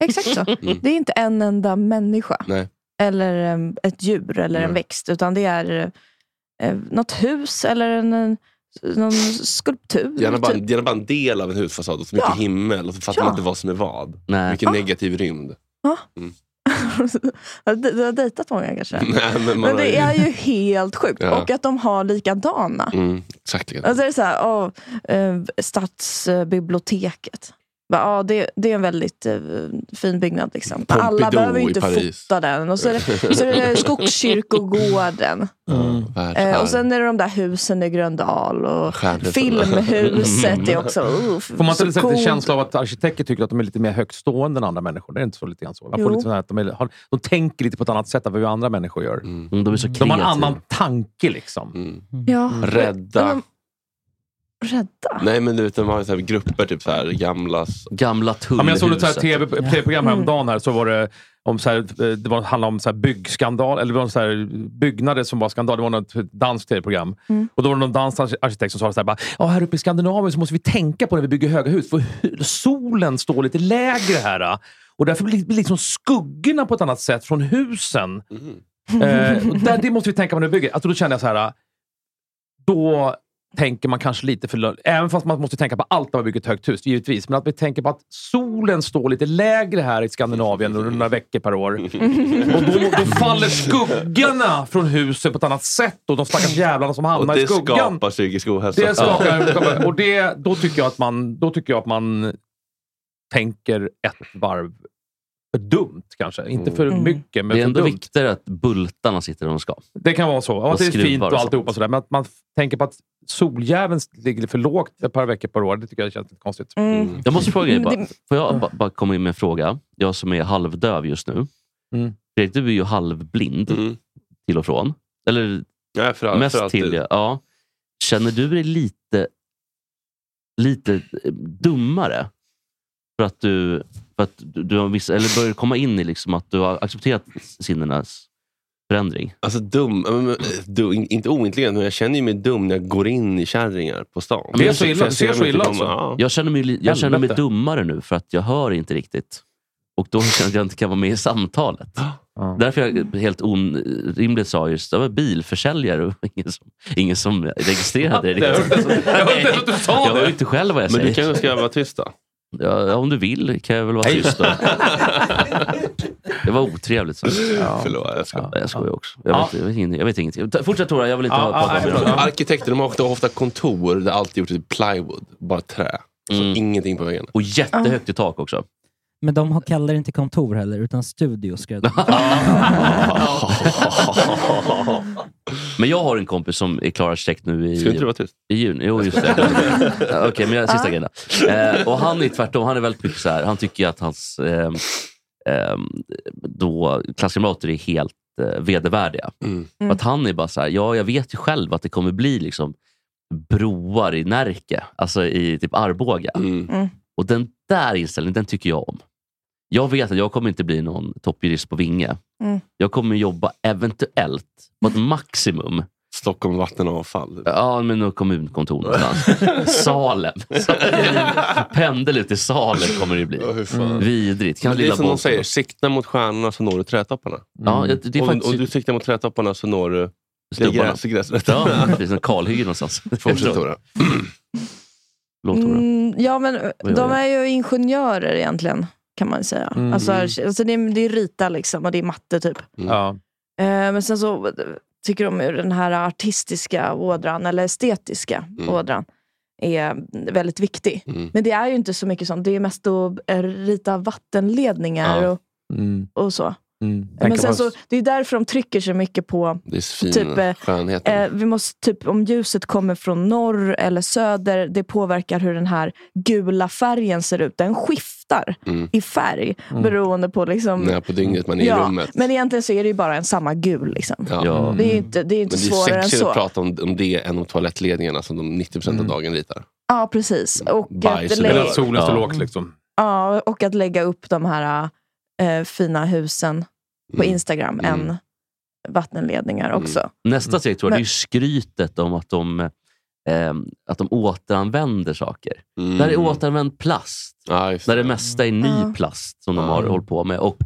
[SPEAKER 3] Exakt så.
[SPEAKER 1] Mm.
[SPEAKER 3] Det är inte en enda människa.
[SPEAKER 1] Nej.
[SPEAKER 3] Eller eh, ett djur eller en
[SPEAKER 1] Nej.
[SPEAKER 3] växt. Utan det är eh, något hus eller en, en, någon skulptur.
[SPEAKER 1] Gärna bara,
[SPEAKER 3] typ.
[SPEAKER 1] gärna bara en del av en husfasad och så mycket
[SPEAKER 3] Ja.
[SPEAKER 1] himmel och så fattar
[SPEAKER 3] Ja.
[SPEAKER 1] man inte vad som är vad.
[SPEAKER 2] Nej.
[SPEAKER 1] Mycket negativ rymd.
[SPEAKER 3] Ja.
[SPEAKER 1] Mm.
[SPEAKER 3] Ja, Du du har dejtat många kanske?
[SPEAKER 1] Nej, men man
[SPEAKER 3] Men
[SPEAKER 1] har ju-
[SPEAKER 3] det är ju helt sjukt.
[SPEAKER 1] Ja.
[SPEAKER 3] Och att de har likadana.
[SPEAKER 1] Mm, exakt likadant.
[SPEAKER 3] Alltså det är så här, åh, eh, stadsbiblioteket. Bara, Ja, det, det är en väldigt eh, fin byggnad. Liksom. Men Alla
[SPEAKER 1] Pompidou
[SPEAKER 3] behöver ju
[SPEAKER 1] i
[SPEAKER 3] inte
[SPEAKER 1] Paris.
[SPEAKER 3] fota den. Och så är det, så är det Skogskyrkogården.
[SPEAKER 5] Mm.
[SPEAKER 1] Världsarv.
[SPEAKER 3] Eh, och sen är det de där husen i Gröndal. Och
[SPEAKER 1] Stjärnor.
[SPEAKER 3] filmhuset är
[SPEAKER 1] Mm.
[SPEAKER 3] också... Uh,
[SPEAKER 5] Får man inte lite
[SPEAKER 3] god.
[SPEAKER 5] en känsla av att arkitekter tycker att de är lite mer högtstående än andra människor? Det är inte så lite grann så. Man
[SPEAKER 3] Jo.
[SPEAKER 5] får lite så här att de, är, har, de tänker lite på ett annat sätt än vad vi andra människor gör.
[SPEAKER 1] Mm.
[SPEAKER 2] Mm, de, är så
[SPEAKER 5] har en
[SPEAKER 2] kreativa.
[SPEAKER 5] annan tanke liksom.
[SPEAKER 3] Ja.
[SPEAKER 1] Rädda.
[SPEAKER 3] Rädda?
[SPEAKER 1] Nej men du vet, de har ju så här grupper, typ så här gamla...
[SPEAKER 2] Gamla
[SPEAKER 5] Ja, men jag såg ett så här
[SPEAKER 1] Ja.
[SPEAKER 5] TV tv-program häromdagen. Här, så var det om så här, eh, det var, handlade om så här byggskandal, eller det var så här byggnader som var skandal. Det var något danskt tv-program.
[SPEAKER 3] Mm.
[SPEAKER 5] Och då var det någon dansk arkitekt som sa så här, bara, ja, här uppe i Skandinavien så måste vi tänka på när vi bygger höga hus. För hu- solen står lite lägre här. eh, Och därför blir blir liksom skuggorna på ett annat sätt från husen. Eh, och där, det måste vi tänka på när vi bygger. Alltså, då kände jag så här, eh, då tänker man kanske lite för lö- Även fast man måste tänka på allt när man bygger ett högt hus, givetvis. Men att vi tänker på att solen står lite lägre här i Skandinavien under några veckor per år. Och då, då faller skuggorna från husen på ett annat sätt. Och de stackars jävlarna som
[SPEAKER 1] Och
[SPEAKER 5] hamnar i
[SPEAKER 1] det
[SPEAKER 5] skuggan.
[SPEAKER 1] skapar psykisk ohälsa.
[SPEAKER 5] Det skakar. Och det, då, tycker jag att man, då tycker jag att man tänker ett varv för dumt kanske. Inte för
[SPEAKER 2] Mm.
[SPEAKER 5] mycket, men
[SPEAKER 2] Det är
[SPEAKER 5] för
[SPEAKER 2] ändå
[SPEAKER 5] dumt.
[SPEAKER 2] viktigare att bultarna sitter där de ska.
[SPEAKER 5] Det kan vara så. Ja,
[SPEAKER 2] Och
[SPEAKER 5] att det är
[SPEAKER 2] skruvar
[SPEAKER 5] fint
[SPEAKER 2] och
[SPEAKER 5] och
[SPEAKER 2] sånt.
[SPEAKER 5] alltihopa sådär. Men att man f- tänker på att soljäveln ligger för lågt ett par veckor per år, det tycker jag känns lite konstigt.
[SPEAKER 3] Mm.
[SPEAKER 2] Jag måste fråga dig, bara,
[SPEAKER 3] Men det-
[SPEAKER 2] får jag ba- bara komma in med en fråga? Jag som är halvdöv just nu.
[SPEAKER 5] Mm.
[SPEAKER 2] Fredrik, du är ju halvblind
[SPEAKER 3] Mm.
[SPEAKER 2] till och från. Eller
[SPEAKER 1] Nej, Mm. för all-
[SPEAKER 2] mest
[SPEAKER 1] för alltid.
[SPEAKER 2] till. Ja. Ja. Känner du dig lite, lite eh, dummare? För att du, för att du, du har vissa, eller börjar komma in i liksom att du har accepterat sinnenas förändring?
[SPEAKER 1] Alltså dum, ja, men, men, eh, du, in- inte ointelligent, men jag känner ju mig dum när jag går in i kärringar på stan.
[SPEAKER 2] Men
[SPEAKER 1] Jag
[SPEAKER 2] jag-
[SPEAKER 1] för jag alltså? ser mig inte
[SPEAKER 5] alltså.
[SPEAKER 1] komma. Ja.
[SPEAKER 2] Jag känner mig, li- jag känner mig
[SPEAKER 1] Helvete.
[SPEAKER 2] dummare nu för att jag hör inte riktigt. Och då känner jag att jag inte kan vara med i samtalet. Därför jag helt orimligt sa just det var bilförsäljare och ingen som, ingen som registrerade det. riktigt.
[SPEAKER 5] Jag hörde inte att du sa
[SPEAKER 2] Jag hör ju
[SPEAKER 5] det!
[SPEAKER 2] inte själv vad jag
[SPEAKER 1] Men
[SPEAKER 2] säger.
[SPEAKER 1] du kanske ska vara tyst då?
[SPEAKER 2] Ja, om du vill kan jag väl vara
[SPEAKER 1] Nej.
[SPEAKER 2] tyst. Då. Det var otrevligt sagt.
[SPEAKER 1] Ja. Förlåt, jag skojar.
[SPEAKER 2] Jag skojar också. Jag, vet, jag, vet, ingenting- jag vet ingenting. Ta- Fortsätt Tora, jag vill inte
[SPEAKER 1] Ja,
[SPEAKER 2] ha,
[SPEAKER 1] ja,
[SPEAKER 2] prata
[SPEAKER 1] nej,
[SPEAKER 2] om
[SPEAKER 1] förlåt.
[SPEAKER 2] det.
[SPEAKER 1] Alltså, Arkitekter de har ofta, ofta kontor där allt är gjort i typ plywood, bara trä. Alltså
[SPEAKER 2] Mm.
[SPEAKER 1] ingenting på väggen.
[SPEAKER 2] Och jättehögt i tak också.
[SPEAKER 4] Men de har- kallar det inte kontor heller, utan studio skrev de.
[SPEAKER 2] Men jag har en kompis som är klar arkitekt nu i,
[SPEAKER 1] Ska inte du vara tyst?
[SPEAKER 2] i juni. Jo, just det. Ja, Okej, men jag, sista grejen då. eh, Och han är tvärtom. Han är väldigt mycket så här. Han tycker att hans eh, eh, då, klasskamrater är helt eh, vedervärdiga.
[SPEAKER 13] Mm.
[SPEAKER 2] För att han är bara så här, ja, jag vet ju själv att det kommer bli liksom broar i Närke, alltså i typ Arboga.
[SPEAKER 3] Mm.
[SPEAKER 2] Och den där inställningen, den tycker jag om. Jag vet att jag kommer inte bli någon toppjurist på Vinge.
[SPEAKER 3] Mm.
[SPEAKER 2] Jag kommer jobba eventuellt på ett maximum
[SPEAKER 1] Stockholm vatten och avfall.
[SPEAKER 2] Ja, men något kommunkontor någonstans. Salem. Pendel ut till Salem kommer det ju bli. Mm.
[SPEAKER 1] fan.
[SPEAKER 2] Vidrigt. Kanske
[SPEAKER 1] Men det är
[SPEAKER 2] lilla
[SPEAKER 1] som de
[SPEAKER 2] båten.
[SPEAKER 1] säger, sikta mot stjärnorna så når du trädtopparna.
[SPEAKER 2] Ja, det- det är
[SPEAKER 1] om,
[SPEAKER 2] faktiskt-
[SPEAKER 1] om du siktar mot trädtopparna så når du
[SPEAKER 2] Stubbarna. Ja,
[SPEAKER 1] gräsrätterna.
[SPEAKER 2] det är som kalhygge någonstans.
[SPEAKER 1] Fortsätt, Tora.
[SPEAKER 2] Låt Tora.
[SPEAKER 3] Mm, ja, men
[SPEAKER 2] gör
[SPEAKER 3] de
[SPEAKER 2] jag?
[SPEAKER 3] är ju ingenjörer egentligen, kan man säga.
[SPEAKER 2] Mm.
[SPEAKER 3] Alltså, alltså, det, är, det är rita liksom, och det är matte typ.
[SPEAKER 5] Ja.
[SPEAKER 3] Eh, men sen så tycker de ju den här artistiska ådran, eller estetiska
[SPEAKER 5] Mm.
[SPEAKER 3] ådran, är väldigt viktig.
[SPEAKER 5] Mm.
[SPEAKER 3] Men det är ju inte så mycket sånt. Det är mest att eh, rita vattenledningar
[SPEAKER 1] Ja.
[SPEAKER 3] och, och så.
[SPEAKER 5] Mm.
[SPEAKER 3] Men sen så, det är därför de trycker så mycket på
[SPEAKER 1] Det är fina
[SPEAKER 3] Typ, eh,
[SPEAKER 1] skönheten.
[SPEAKER 3] Eh, vi måste, typ, om ljuset kommer från norr eller söder, det påverkar hur den här gula färgen ser ut. Den skiftar
[SPEAKER 1] Mm.
[SPEAKER 3] i färg
[SPEAKER 1] Mm.
[SPEAKER 3] beroende på... Liksom,
[SPEAKER 1] När på dygnet man är i
[SPEAKER 3] ja,
[SPEAKER 1] rummet.
[SPEAKER 3] Men egentligen så är det ju bara en samma gul. Liksom.
[SPEAKER 1] Mm.
[SPEAKER 3] Det är ju inte, det är inte
[SPEAKER 1] Men det är
[SPEAKER 3] svårare än
[SPEAKER 1] sexigare
[SPEAKER 3] så.
[SPEAKER 1] att prata om, om det än om toalettledningarna som de 90
[SPEAKER 2] Mm.
[SPEAKER 1] procent av dagen ritar.
[SPEAKER 3] Ja, precis. Och
[SPEAKER 1] Bajs
[SPEAKER 3] att,
[SPEAKER 1] och
[SPEAKER 3] lägga,
[SPEAKER 1] grejer.
[SPEAKER 5] solen står
[SPEAKER 1] Ja.
[SPEAKER 5] lågt liksom.
[SPEAKER 3] ja, och att lägga upp de här eh, fina husen på
[SPEAKER 1] Mm.
[SPEAKER 3] Instagram än vattenledningar också.
[SPEAKER 2] Nästa steg tror jag, det
[SPEAKER 3] Men-
[SPEAKER 2] är ju skrytet om att de, eh, att de återanvänder saker. Där är återanvänd plast.
[SPEAKER 1] där
[SPEAKER 2] det mesta är ny
[SPEAKER 1] Mm. Ja.
[SPEAKER 2] plast som de har hållit på med. Och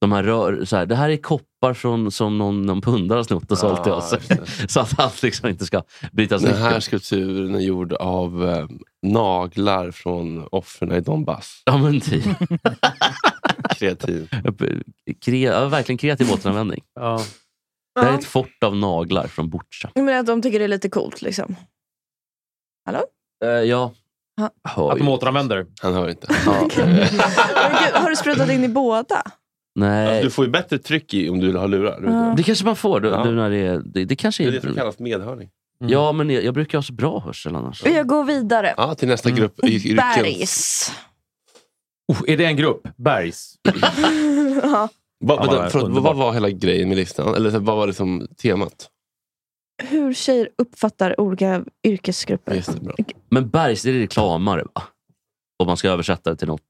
[SPEAKER 2] de här rör, så här, det här är koppar från, som någon, någon pundare har snott och sålt till
[SPEAKER 1] Ja,
[SPEAKER 2] oss. så att allt liksom inte ska brytas
[SPEAKER 1] Den här
[SPEAKER 2] ner.
[SPEAKER 1] skulpturen är gjord av eh, naglar från offren i Donbass.
[SPEAKER 2] Ja, men typ.
[SPEAKER 1] Kreativ.
[SPEAKER 2] Kre, ja, verkligen kreativ återanvändning. Det här är
[SPEAKER 3] Ja.
[SPEAKER 2] ett fort av naglar från Butja.
[SPEAKER 3] Jag menar att de tycker det är lite coolt. Liksom. Hallå?
[SPEAKER 2] ja.
[SPEAKER 3] Ja.
[SPEAKER 5] Att de återanvänder.
[SPEAKER 1] Han hör inte.
[SPEAKER 3] Men gud, har du sprutat in i båda?
[SPEAKER 2] Nej.
[SPEAKER 1] du får ju bättre tryck i om du har lurar.
[SPEAKER 3] Ja.
[SPEAKER 2] Det kanske man får. Då,
[SPEAKER 1] Ja.
[SPEAKER 2] nu när det, är- det, det kanske
[SPEAKER 1] Det
[SPEAKER 2] är...
[SPEAKER 1] är det som kallas medhörning.
[SPEAKER 2] Ja, men jag, jag brukar ha så bra hörsel annars.
[SPEAKER 3] Jag går vidare.
[SPEAKER 1] Ja, till nästa grupp.
[SPEAKER 3] Bergs.
[SPEAKER 5] Oh, är det en grupp? Bergs?
[SPEAKER 3] ja.
[SPEAKER 1] Vad,
[SPEAKER 5] Ja,
[SPEAKER 1] vänta, förlåt,
[SPEAKER 5] underbart.
[SPEAKER 1] vad var hela grejen med listan? Eller så här, vad var liksom temat?
[SPEAKER 3] Hur tjejer uppfattar olika yrkesgrupper.
[SPEAKER 2] Men Bergs, det är reklamare va? Om man ska översätta det till något.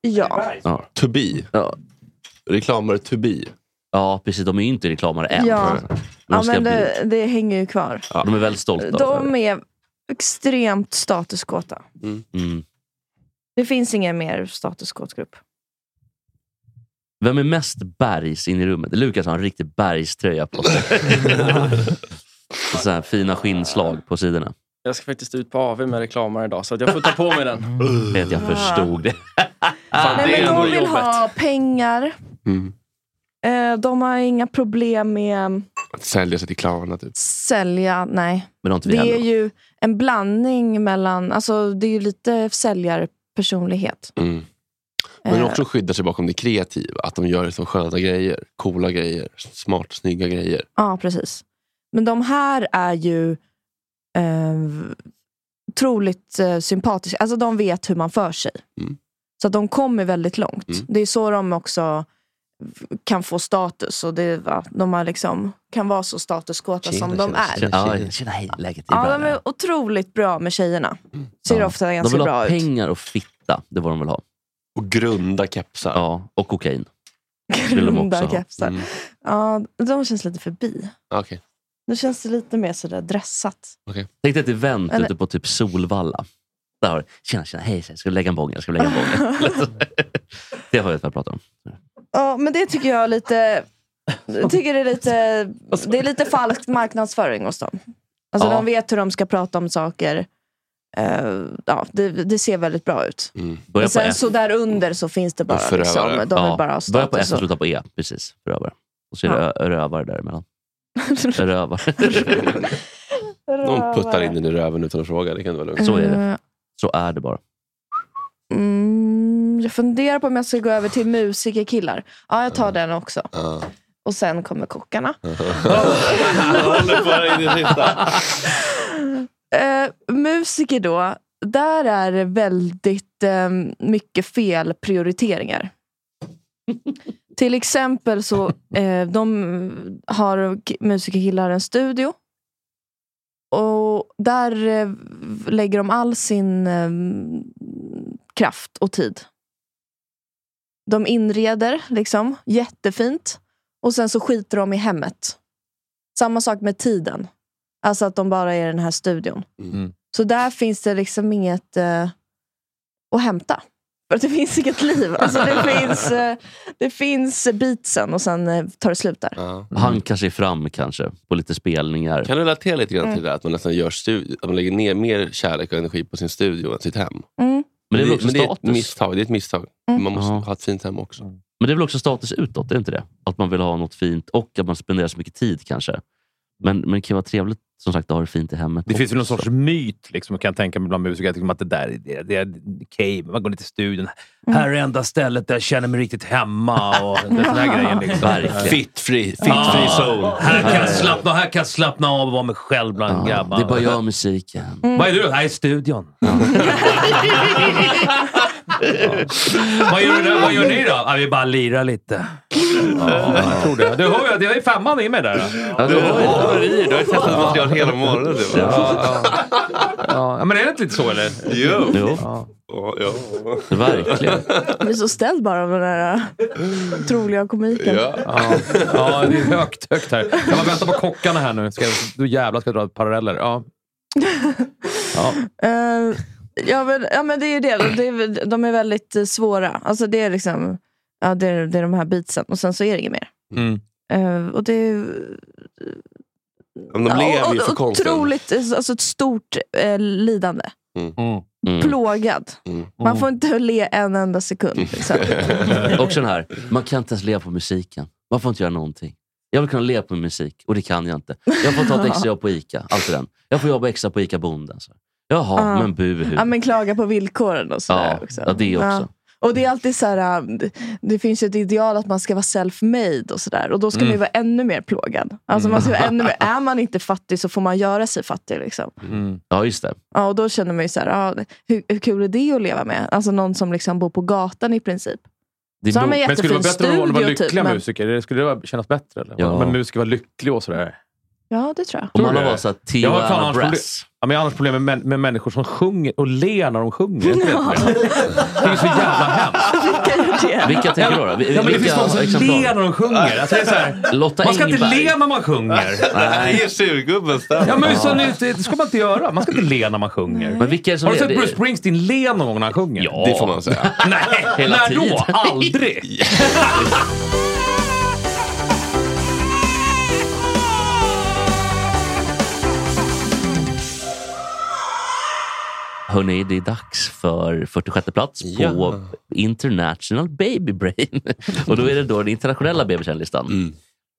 [SPEAKER 3] Ja.
[SPEAKER 2] Ja. To be. Ja.
[SPEAKER 1] Reklamare to be.
[SPEAKER 2] Ja, precis. De är ju inte reklamare än.
[SPEAKER 3] Ja.
[SPEAKER 2] Men
[SPEAKER 3] Ja,
[SPEAKER 2] de, ska
[SPEAKER 3] men
[SPEAKER 2] bli,
[SPEAKER 3] det, det hänger ju kvar.
[SPEAKER 2] de är väldigt stolta.
[SPEAKER 3] De är extremt statuskåta.
[SPEAKER 1] Mm.
[SPEAKER 2] Mm.
[SPEAKER 3] Det finns ingen mer statuskåtgrupp.
[SPEAKER 2] Vem är mest Bergs in i rummet? Lukas har en riktig Bergströja på sig. så här, fina skinnslag på sidorna.
[SPEAKER 6] Jag ska faktiskt ut på AV med reklamare idag, så att jag får ta på mig den.
[SPEAKER 2] Vet jag förstod det.
[SPEAKER 6] Fan, det
[SPEAKER 3] Nej,
[SPEAKER 6] är
[SPEAKER 3] men de
[SPEAKER 6] ändå
[SPEAKER 3] vill
[SPEAKER 6] jobbet.
[SPEAKER 3] ha pengar.
[SPEAKER 1] Mm.
[SPEAKER 3] Eh, De har inga problem med
[SPEAKER 1] Att sälja sig till clownerna typ.
[SPEAKER 3] sälja. Nej.
[SPEAKER 2] Men har inte vi
[SPEAKER 3] det är
[SPEAKER 2] heller.
[SPEAKER 3] ju en blandning mellan... Alltså, det är ju lite säljarpersonlighet.
[SPEAKER 1] Mm. Men
[SPEAKER 3] Eh.
[SPEAKER 1] också skydda sig bakom det kreativa. Att de gör så sköna grejer, coola grejer, smart, snygga grejer.
[SPEAKER 3] Ja, precis. Men de här är ju eh, otroligt eh, sympatiska. Alltså de vet hur man för sig.
[SPEAKER 2] Mm.
[SPEAKER 3] Så att de kommer väldigt långt. Det är så de också f- kan få status. Och det, ja, de har liksom, kan vara så statuskåta
[SPEAKER 2] Tjena,
[SPEAKER 3] som de
[SPEAKER 2] tjena,
[SPEAKER 3] är.
[SPEAKER 2] Tjena, tjena, tjena hej, läget är
[SPEAKER 3] Ja,
[SPEAKER 2] bra.
[SPEAKER 3] de är otroligt bra med tjejerna. Ser ofta
[SPEAKER 2] De
[SPEAKER 3] ganska
[SPEAKER 2] vill
[SPEAKER 3] bra
[SPEAKER 2] ha
[SPEAKER 3] ut.
[SPEAKER 2] pengar och fitta. Det var de vill ha.
[SPEAKER 1] Och grunda kepsar.
[SPEAKER 2] Ja, och kokain. Vill de också
[SPEAKER 3] Runda
[SPEAKER 2] ha.
[SPEAKER 3] kepsar.
[SPEAKER 2] Mm.
[SPEAKER 3] Ja, de känns lite förbi.
[SPEAKER 1] Okej.
[SPEAKER 3] Nu känns det lite mer sådär dressat.
[SPEAKER 2] Tänk dig ett event
[SPEAKER 3] Eller-
[SPEAKER 2] ute på typ Solvalla. Där har du, tjena, tjena, hej, tjena, ska du lägga en bång? Jag ska lägga en bång. det har jag inte pratat om.
[SPEAKER 3] Ja, men det tycker jag är lite... Jag tycker det är lite, det är lite falsk marknadsföring hos dem. Alltså
[SPEAKER 2] Ja.
[SPEAKER 3] de vet hur de ska prata om saker. Eh, ja, det, det ser väldigt bra ut.
[SPEAKER 1] Mm.
[SPEAKER 2] Börja
[SPEAKER 3] Och
[SPEAKER 2] på
[SPEAKER 3] sen
[SPEAKER 2] F.
[SPEAKER 3] så där under så finns det bara
[SPEAKER 2] Förövare.
[SPEAKER 3] liksom, de vill
[SPEAKER 2] Ja,
[SPEAKER 3] bara ha
[SPEAKER 2] Börja på F
[SPEAKER 3] status.
[SPEAKER 2] och
[SPEAKER 3] och-
[SPEAKER 2] sluta på E. Precis, förövare. Och så är det
[SPEAKER 3] Ja.
[SPEAKER 2] ö- rövare däremellan. Rövare.
[SPEAKER 1] Någon puttar in den i röven utan att fråga. Det kan vara lugnt.
[SPEAKER 2] Så är det.
[SPEAKER 3] Eh.
[SPEAKER 2] Så är det bara.
[SPEAKER 3] Mm, jag funderar på om jag ska gå över till musikerkillar. Ja, jag
[SPEAKER 2] Mm.
[SPEAKER 3] tar den också. Och sen kommer kockarna.
[SPEAKER 1] håller på in i det sista.
[SPEAKER 3] Eh, musiker då, där är det väldigt eh, mycket felprioriteringar. Till exempel så eh, de har k- musikerkillar en studio. Och där eh, lägger de all sin eh, kraft och tid. De inreder liksom jättefint. Och sen så skiter de i hemmet. Samma sak med tiden. Alltså att de bara är i den här studion.
[SPEAKER 5] Mm.
[SPEAKER 3] Så där finns det liksom inget eh, att hämta. För att det finns inget liv. Alltså det, finns, eh, det finns beatsen och sen eh, tar det slut där.
[SPEAKER 2] Han kanske är fram kanske, på lite spelningar.
[SPEAKER 1] Kan du relatera lite grann
[SPEAKER 3] Mm.
[SPEAKER 1] till det där, att man nästan gör studi- att man lägger ner mer kärlek och energi på sin studio än sitt hem?
[SPEAKER 3] Mm.
[SPEAKER 2] Men det är väl också
[SPEAKER 1] men det är ett
[SPEAKER 2] status?
[SPEAKER 1] misstag. Det är ett misstag.
[SPEAKER 3] Mm.
[SPEAKER 1] Man måste ha ett fint hem också.
[SPEAKER 2] Men det är väl också status utåt, är det inte det? Att man vill ha något fint och att man spenderar så mycket tid kanske. Men, men det kan ju vara trevligt som sagt att ha det fint i hemmet.
[SPEAKER 5] Det finns väl någon
[SPEAKER 2] också.
[SPEAKER 5] sorts myt, liksom, kan jag tänka mig, bland musiker. Liksom, att det där är det, det är cave, man går ner till studion. Här är enda stället där jag känner mig riktigt hemma. Och den där grejen. Liksom.
[SPEAKER 2] Verkligen.
[SPEAKER 5] Fit
[SPEAKER 1] free,
[SPEAKER 5] fit free zone. Här kan, jag slappna, här kan jag slappna av och vara mig själv bland grabbar.
[SPEAKER 2] Det är bara jag och musiken.
[SPEAKER 5] Vad är du? Här är studion. Vad gör, du där? Vad gör ni då? Ja, vi bara lirar lite. Ja, jag tror det. Du hör ju, det är femman i mig där.
[SPEAKER 1] Du har i dig. Du har testat material hela morgonen. Du.
[SPEAKER 5] Ja, ja. ja, men är det inte lite så eller?
[SPEAKER 1] Jo.
[SPEAKER 2] Jo.
[SPEAKER 5] Ja.
[SPEAKER 1] Ja.
[SPEAKER 2] Verkligen.
[SPEAKER 3] Jag blir så ställd bara av den här eh, otroliga komiken.
[SPEAKER 5] Ja. ja, det är högt, högt här. Jag bara väntar på kockarna här nu. Ska jag, du jävlar ska jag dra paralleller. Ja. Ja.
[SPEAKER 3] Eh, ja, men, ja, men det är ju det. De, det är, väl- de är väldigt eh, svåra. Alltså det är liksom ja, det är, det är de här beatsen och sen så är det inget mer.
[SPEAKER 5] Mm.
[SPEAKER 3] Eh, och det är
[SPEAKER 1] Men de lever ju för konsten.
[SPEAKER 3] otroligt, eh, alltså ett stort eh, lidande.
[SPEAKER 1] Mm.
[SPEAKER 3] Plågad.
[SPEAKER 1] Mm.
[SPEAKER 3] Man får inte le en enda sekund. Liksom.
[SPEAKER 2] Också den här, man kan inte ens leva på musiken. Man får inte göra någonting. Jag vill kunna leva på min musik och det kan jag inte. Jag får ta ett extra jobb på ICA. Allt det där. Jag får jobba extra på ICA Bonden. Så. här. Jaha,
[SPEAKER 3] Ja.
[SPEAKER 2] men buhu.
[SPEAKER 3] Ja, men klaga på villkoren och sådär
[SPEAKER 2] Ja,
[SPEAKER 3] också.
[SPEAKER 2] ja, det också.
[SPEAKER 3] Och det är alltid så här, äh, det- det finns ju ett ideal att man ska vara self-made och sådär. Och då ska man ju
[SPEAKER 2] Mm.
[SPEAKER 3] vara ännu mer plågad. Alltså man ska vara ännu mer, är man inte fattig så får man göra sig fattig. Liksom.
[SPEAKER 5] Mm.
[SPEAKER 2] Ja, just det.
[SPEAKER 3] Ja, och då känner man ju så här, ja, hur, hur kul är det att leva med? Alltså någon som liksom bor på gatan i princip. så har man
[SPEAKER 5] men skulle det
[SPEAKER 3] jättefin
[SPEAKER 5] vara bättre om
[SPEAKER 3] studio
[SPEAKER 5] man var lyckliga
[SPEAKER 3] typ. Men,
[SPEAKER 5] musiker? Det Skulle det vara- kännas bättre? Eller?
[SPEAKER 2] Ja.
[SPEAKER 5] Men musiker var lycklig och sådär.
[SPEAKER 3] ja, det tror jag.
[SPEAKER 2] Om alla var så här, Theo
[SPEAKER 5] Jag har fan
[SPEAKER 2] Anna
[SPEAKER 5] annars problem,
[SPEAKER 2] Brass.
[SPEAKER 5] ja, men jag har annars problem med, män, med människor som sjunger och ler när de sjunger. Det är ett problem. Det är så jävla hemskt.
[SPEAKER 2] Vilka tänker du då?
[SPEAKER 5] Ja, men det
[SPEAKER 2] Vilka
[SPEAKER 5] finns någon som
[SPEAKER 2] exemplar?
[SPEAKER 5] ler när de sjunger. Alltså, det är så här,
[SPEAKER 2] Lotta
[SPEAKER 5] man ska inte
[SPEAKER 2] Engberg.
[SPEAKER 5] le när man sjunger.
[SPEAKER 2] Nej.
[SPEAKER 1] Ge surgubben stöd.
[SPEAKER 5] Ja, men så, nu, det det ska man inte göra. Man ska inte le när man sjunger.
[SPEAKER 2] Men vilka är det som
[SPEAKER 5] har du
[SPEAKER 2] ler?
[SPEAKER 5] sett
[SPEAKER 2] Det-
[SPEAKER 5] Bruce Springsteen le någon gång när han sjunger?
[SPEAKER 2] Ja. Det får man säga.
[SPEAKER 5] Nej,
[SPEAKER 2] Hela
[SPEAKER 5] när
[SPEAKER 2] tiden.
[SPEAKER 5] då? Aldrig!
[SPEAKER 2] Hörni, det är dags för 46 plats på
[SPEAKER 1] Ja.
[SPEAKER 2] International Baby Brain. Och då är det då den internationella babykändislistan.
[SPEAKER 5] Mm.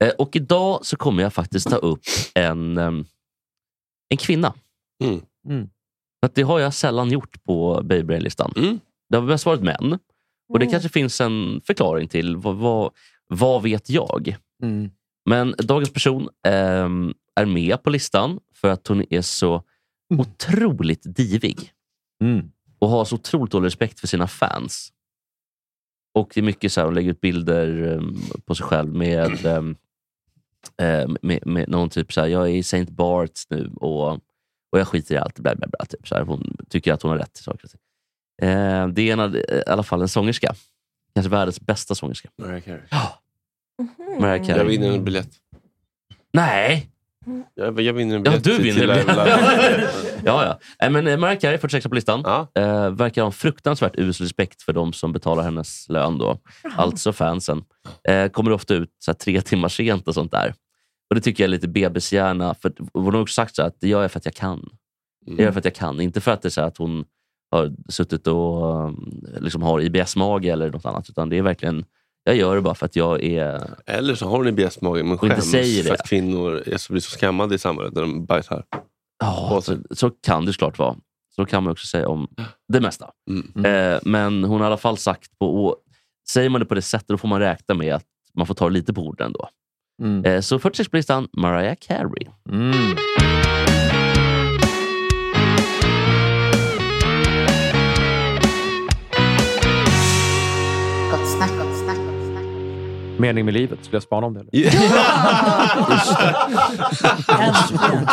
[SPEAKER 2] Eh, Och idag så kommer jag faktiskt ta upp en, ehm, en kvinna.
[SPEAKER 5] Mm.
[SPEAKER 2] För Att det har jag sällan gjort på Baby Brain-listan. Det har mest varit män. Och det kanske finns en förklaring till vad, vad, vad vet jag?
[SPEAKER 5] Mm.
[SPEAKER 2] Men dagens person ehm, är med på listan för att hon är så otroligt divig.
[SPEAKER 5] Mm.
[SPEAKER 2] Och har så otroligt dålig respekt för sina fans. Och det är mycket så här, hon lägger ut bilder ehm, på sig själv med, ehm, eh, med, med någon typ så här, jag är i St. Barts nu och, och jag skiter i allt. Bla, bla, bla, typ så här. Hon tycker att hon har rätt till saker och ting. Eh, det är en, av- i alla fall en sångerska. Kanske världens bästa sångerska.
[SPEAKER 1] Mariah Carey.
[SPEAKER 2] Mariah Carey.
[SPEAKER 1] Jag vinner en biljett.
[SPEAKER 2] Nej!
[SPEAKER 1] Jag, jag vinner en
[SPEAKER 2] Ja,
[SPEAKER 1] biljett.
[SPEAKER 2] du
[SPEAKER 1] till-
[SPEAKER 2] vinner.
[SPEAKER 1] till Live Live.
[SPEAKER 2] ja, ja. Nej, men eh, Mariah Carey, 46 på listan, eh, verkar ha en fruktansvärt usel respekt för de som betalar hennes lön. Då. Alltså fansen. Eh, kommer ofta ut så här, tre timmar sent och sånt där. Och Det tycker jag är lite bebishjärna. För, att- och hon har också sagt så här, att det gör jag för att jag kan. Det gör jag för att jag kan. Inte för att det är så här, att hon har suttit och eh, liksom har IBS-mage eller något annat. Utan det är verkligen, jag gör det bara för att jag är...
[SPEAKER 1] Eller så har hon IBS-mage men
[SPEAKER 2] Och inte
[SPEAKER 1] skäms
[SPEAKER 2] säger
[SPEAKER 1] för
[SPEAKER 2] det.
[SPEAKER 1] att kvinnor är så, blir så skammade i samhället när de bajsar.
[SPEAKER 2] Ja, så, så kan det såklart vara. Så kan man också säga om det mesta.
[SPEAKER 1] Mm.
[SPEAKER 2] Eh, men hon har i alla fall sagt, på, och säger man det på det sättet då får man räkna med att man får ta det lite på orden då.
[SPEAKER 5] Mm.
[SPEAKER 2] Eh, så 46 på listan, Mariah Carey.
[SPEAKER 5] Mm.
[SPEAKER 13] Gott snack, gott snack.
[SPEAKER 5] Mening med livet, skulle jag spana om det? Eller?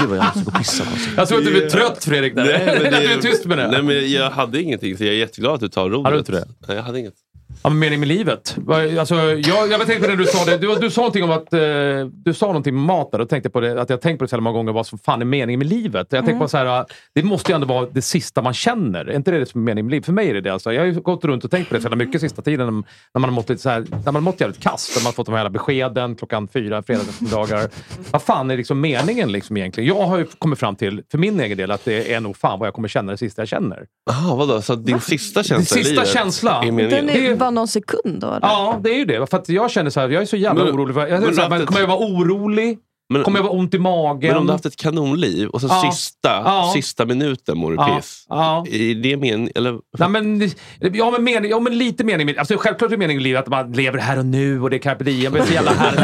[SPEAKER 2] Gud vad jag måste gå och pissa.
[SPEAKER 5] Jag tror att du blir trött Fredrik. Där.
[SPEAKER 1] Nej, men
[SPEAKER 5] det, blev tyst med det.
[SPEAKER 1] Nej, men jag hade ingenting, så jag är jätteglad att du tar rodet. Har du inte det? Nej, jag hade inget.
[SPEAKER 5] Ja, men mening med livet. Vad- Alltså, jag, jag tänkte på det du sa. Det. Du, du sa någonting om att... eh, du sa någonting med mat där. Då tänkte jag på det, att jag har tänkt på det så här många gånger. Vad som fan är meningen med livet? Jag tänkte
[SPEAKER 6] Mm.
[SPEAKER 5] på så här, ah, det måste ju ändå vara det sista man känner. Är inte det det som är meningen med livet? För mig är det det. Alltså. Jag har ju gått runt och tänkt på det så jävla mycket sista tiden. När man har mått, lite så här, när man har mått jävligt kast. När man har fått de här jävla beskeden klockan fyra fredagsdagar. vad fan är liksom meningen liksom egentligen? Jag har ju kommit fram till, för min egen del, att det är nog fan vad jag kommer känna det sista jag känner.
[SPEAKER 1] Aha, vadå? Så att din sista känsla i
[SPEAKER 5] Sista
[SPEAKER 1] livet
[SPEAKER 5] känsla.
[SPEAKER 1] är meningen?
[SPEAKER 3] Mm. Den är ju bara någon sekund då? eller?
[SPEAKER 5] Ja, det är ju det. För att jag känner så här, jag är så jävla
[SPEAKER 1] Men-
[SPEAKER 5] orolig. För, jag
[SPEAKER 1] men
[SPEAKER 5] känner så här,
[SPEAKER 1] Rattet-
[SPEAKER 5] kommer jag vara orolig?
[SPEAKER 1] Men-
[SPEAKER 5] kommer jag vara ont i magen?
[SPEAKER 1] Men om du haft ett kanonliv och sen
[SPEAKER 5] Ja.
[SPEAKER 1] sista,
[SPEAKER 5] Ja.
[SPEAKER 1] sista minuten mår du
[SPEAKER 5] Ja.
[SPEAKER 1] piss.
[SPEAKER 5] Ja.
[SPEAKER 1] Är det men... Eller...
[SPEAKER 5] Nej, men, ja, men mening, ja, men lite mening. med- Alltså, självklart är meningen i livet att man lever här och nu och det är carpe diem. Det är så jävla härligt.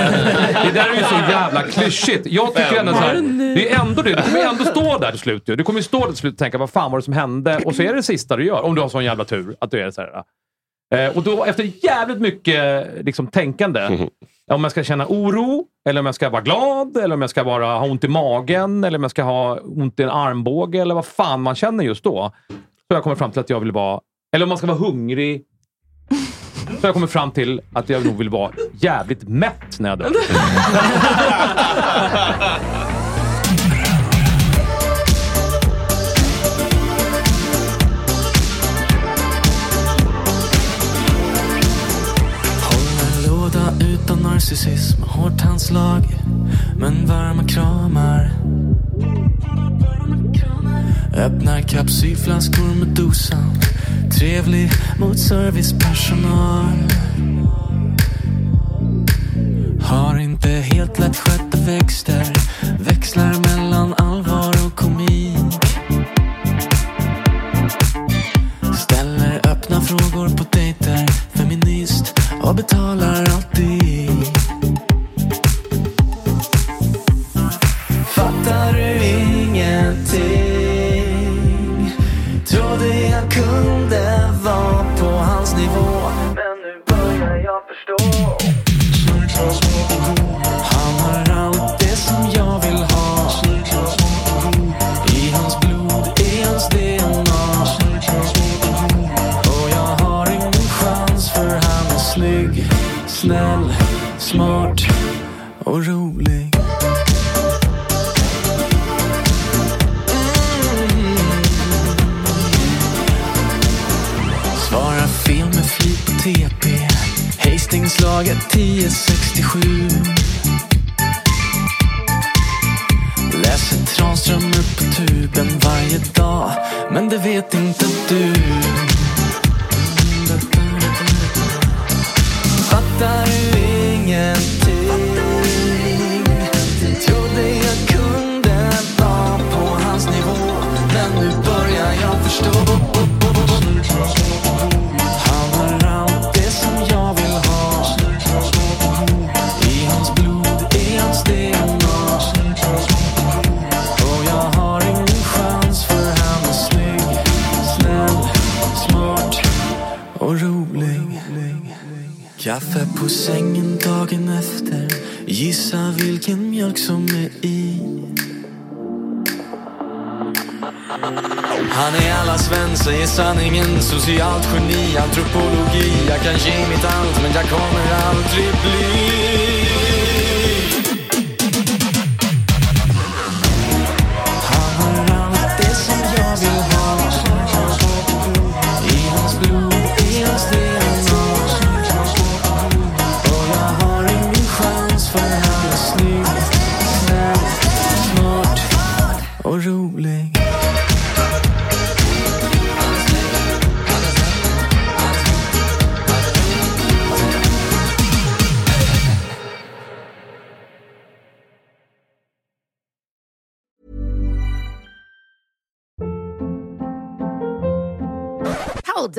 [SPEAKER 5] Det där är ju så jävla klyschigt. Jag tycker ändå så här, det är ändå det. Du kommer ändå stå där till slut. ju. Du kommer ju stå där till slut och tänka, vad fan var det som hände? Och så är det det sista du gör. Om du har sån jävla tur att du är så här. ja. Eh, och då efter jävligt mycket liksom, tänkande. Om jag ska känna oro, eller om jag ska vara glad, eller om jag ska bara ha ont i magen, eller om jag ska ha ont i en armbåge, eller vad fan man känner just då. Så har jag kommer fram till att jag vill vara... Eller om man ska vara hungrig. Så har jag kommer fram till att jag nog vill vara jävligt mätt när jag dör.
[SPEAKER 11] Håller låda utan narcissism, hårt handslag men varma kramar. Öppnar kapsylflaskor med dosan, trevlig mot servicepersonal. Har inte helt lätt skötta växter, växlar mellan allvar och komik. Ställer öppna frågor på dejter, feminist och betalar alltid. Fattar du ingenting? Trodde jag kunde vara på hans nivå. Men nu börjar jag förstå. Han har allt det som jag vill ha. I hans blod, i hans DNA. Och jag har ingen chans för han är snygg, snäll, smart och rolig. Svarar fel med flit på TP. Hastingslaget 1067. Läser Tranströmer på tuben varje dag. Men det vet inte du. Fattar du ingenting? Trodde jag kunde vara på hans nivå. Men nu börjar jag förstå. Han har allt det som jag vill ha I hans blod, i hans DNA Och jag har ingen chans för han är snygg, snäll, smart och rolig Kaffe på sängen dagen efter Gissa vilken mjölk som är i Han är allas vän, säger sanningen Socialt geni, antropologi Jag kan ge mitt allt, men jag kommer aldrig bli allt det som jag vill ha I hans blod, i hans DNA Och jag har ingen chans för han är snygg, snäll, smart och rolig
[SPEAKER 13] Hold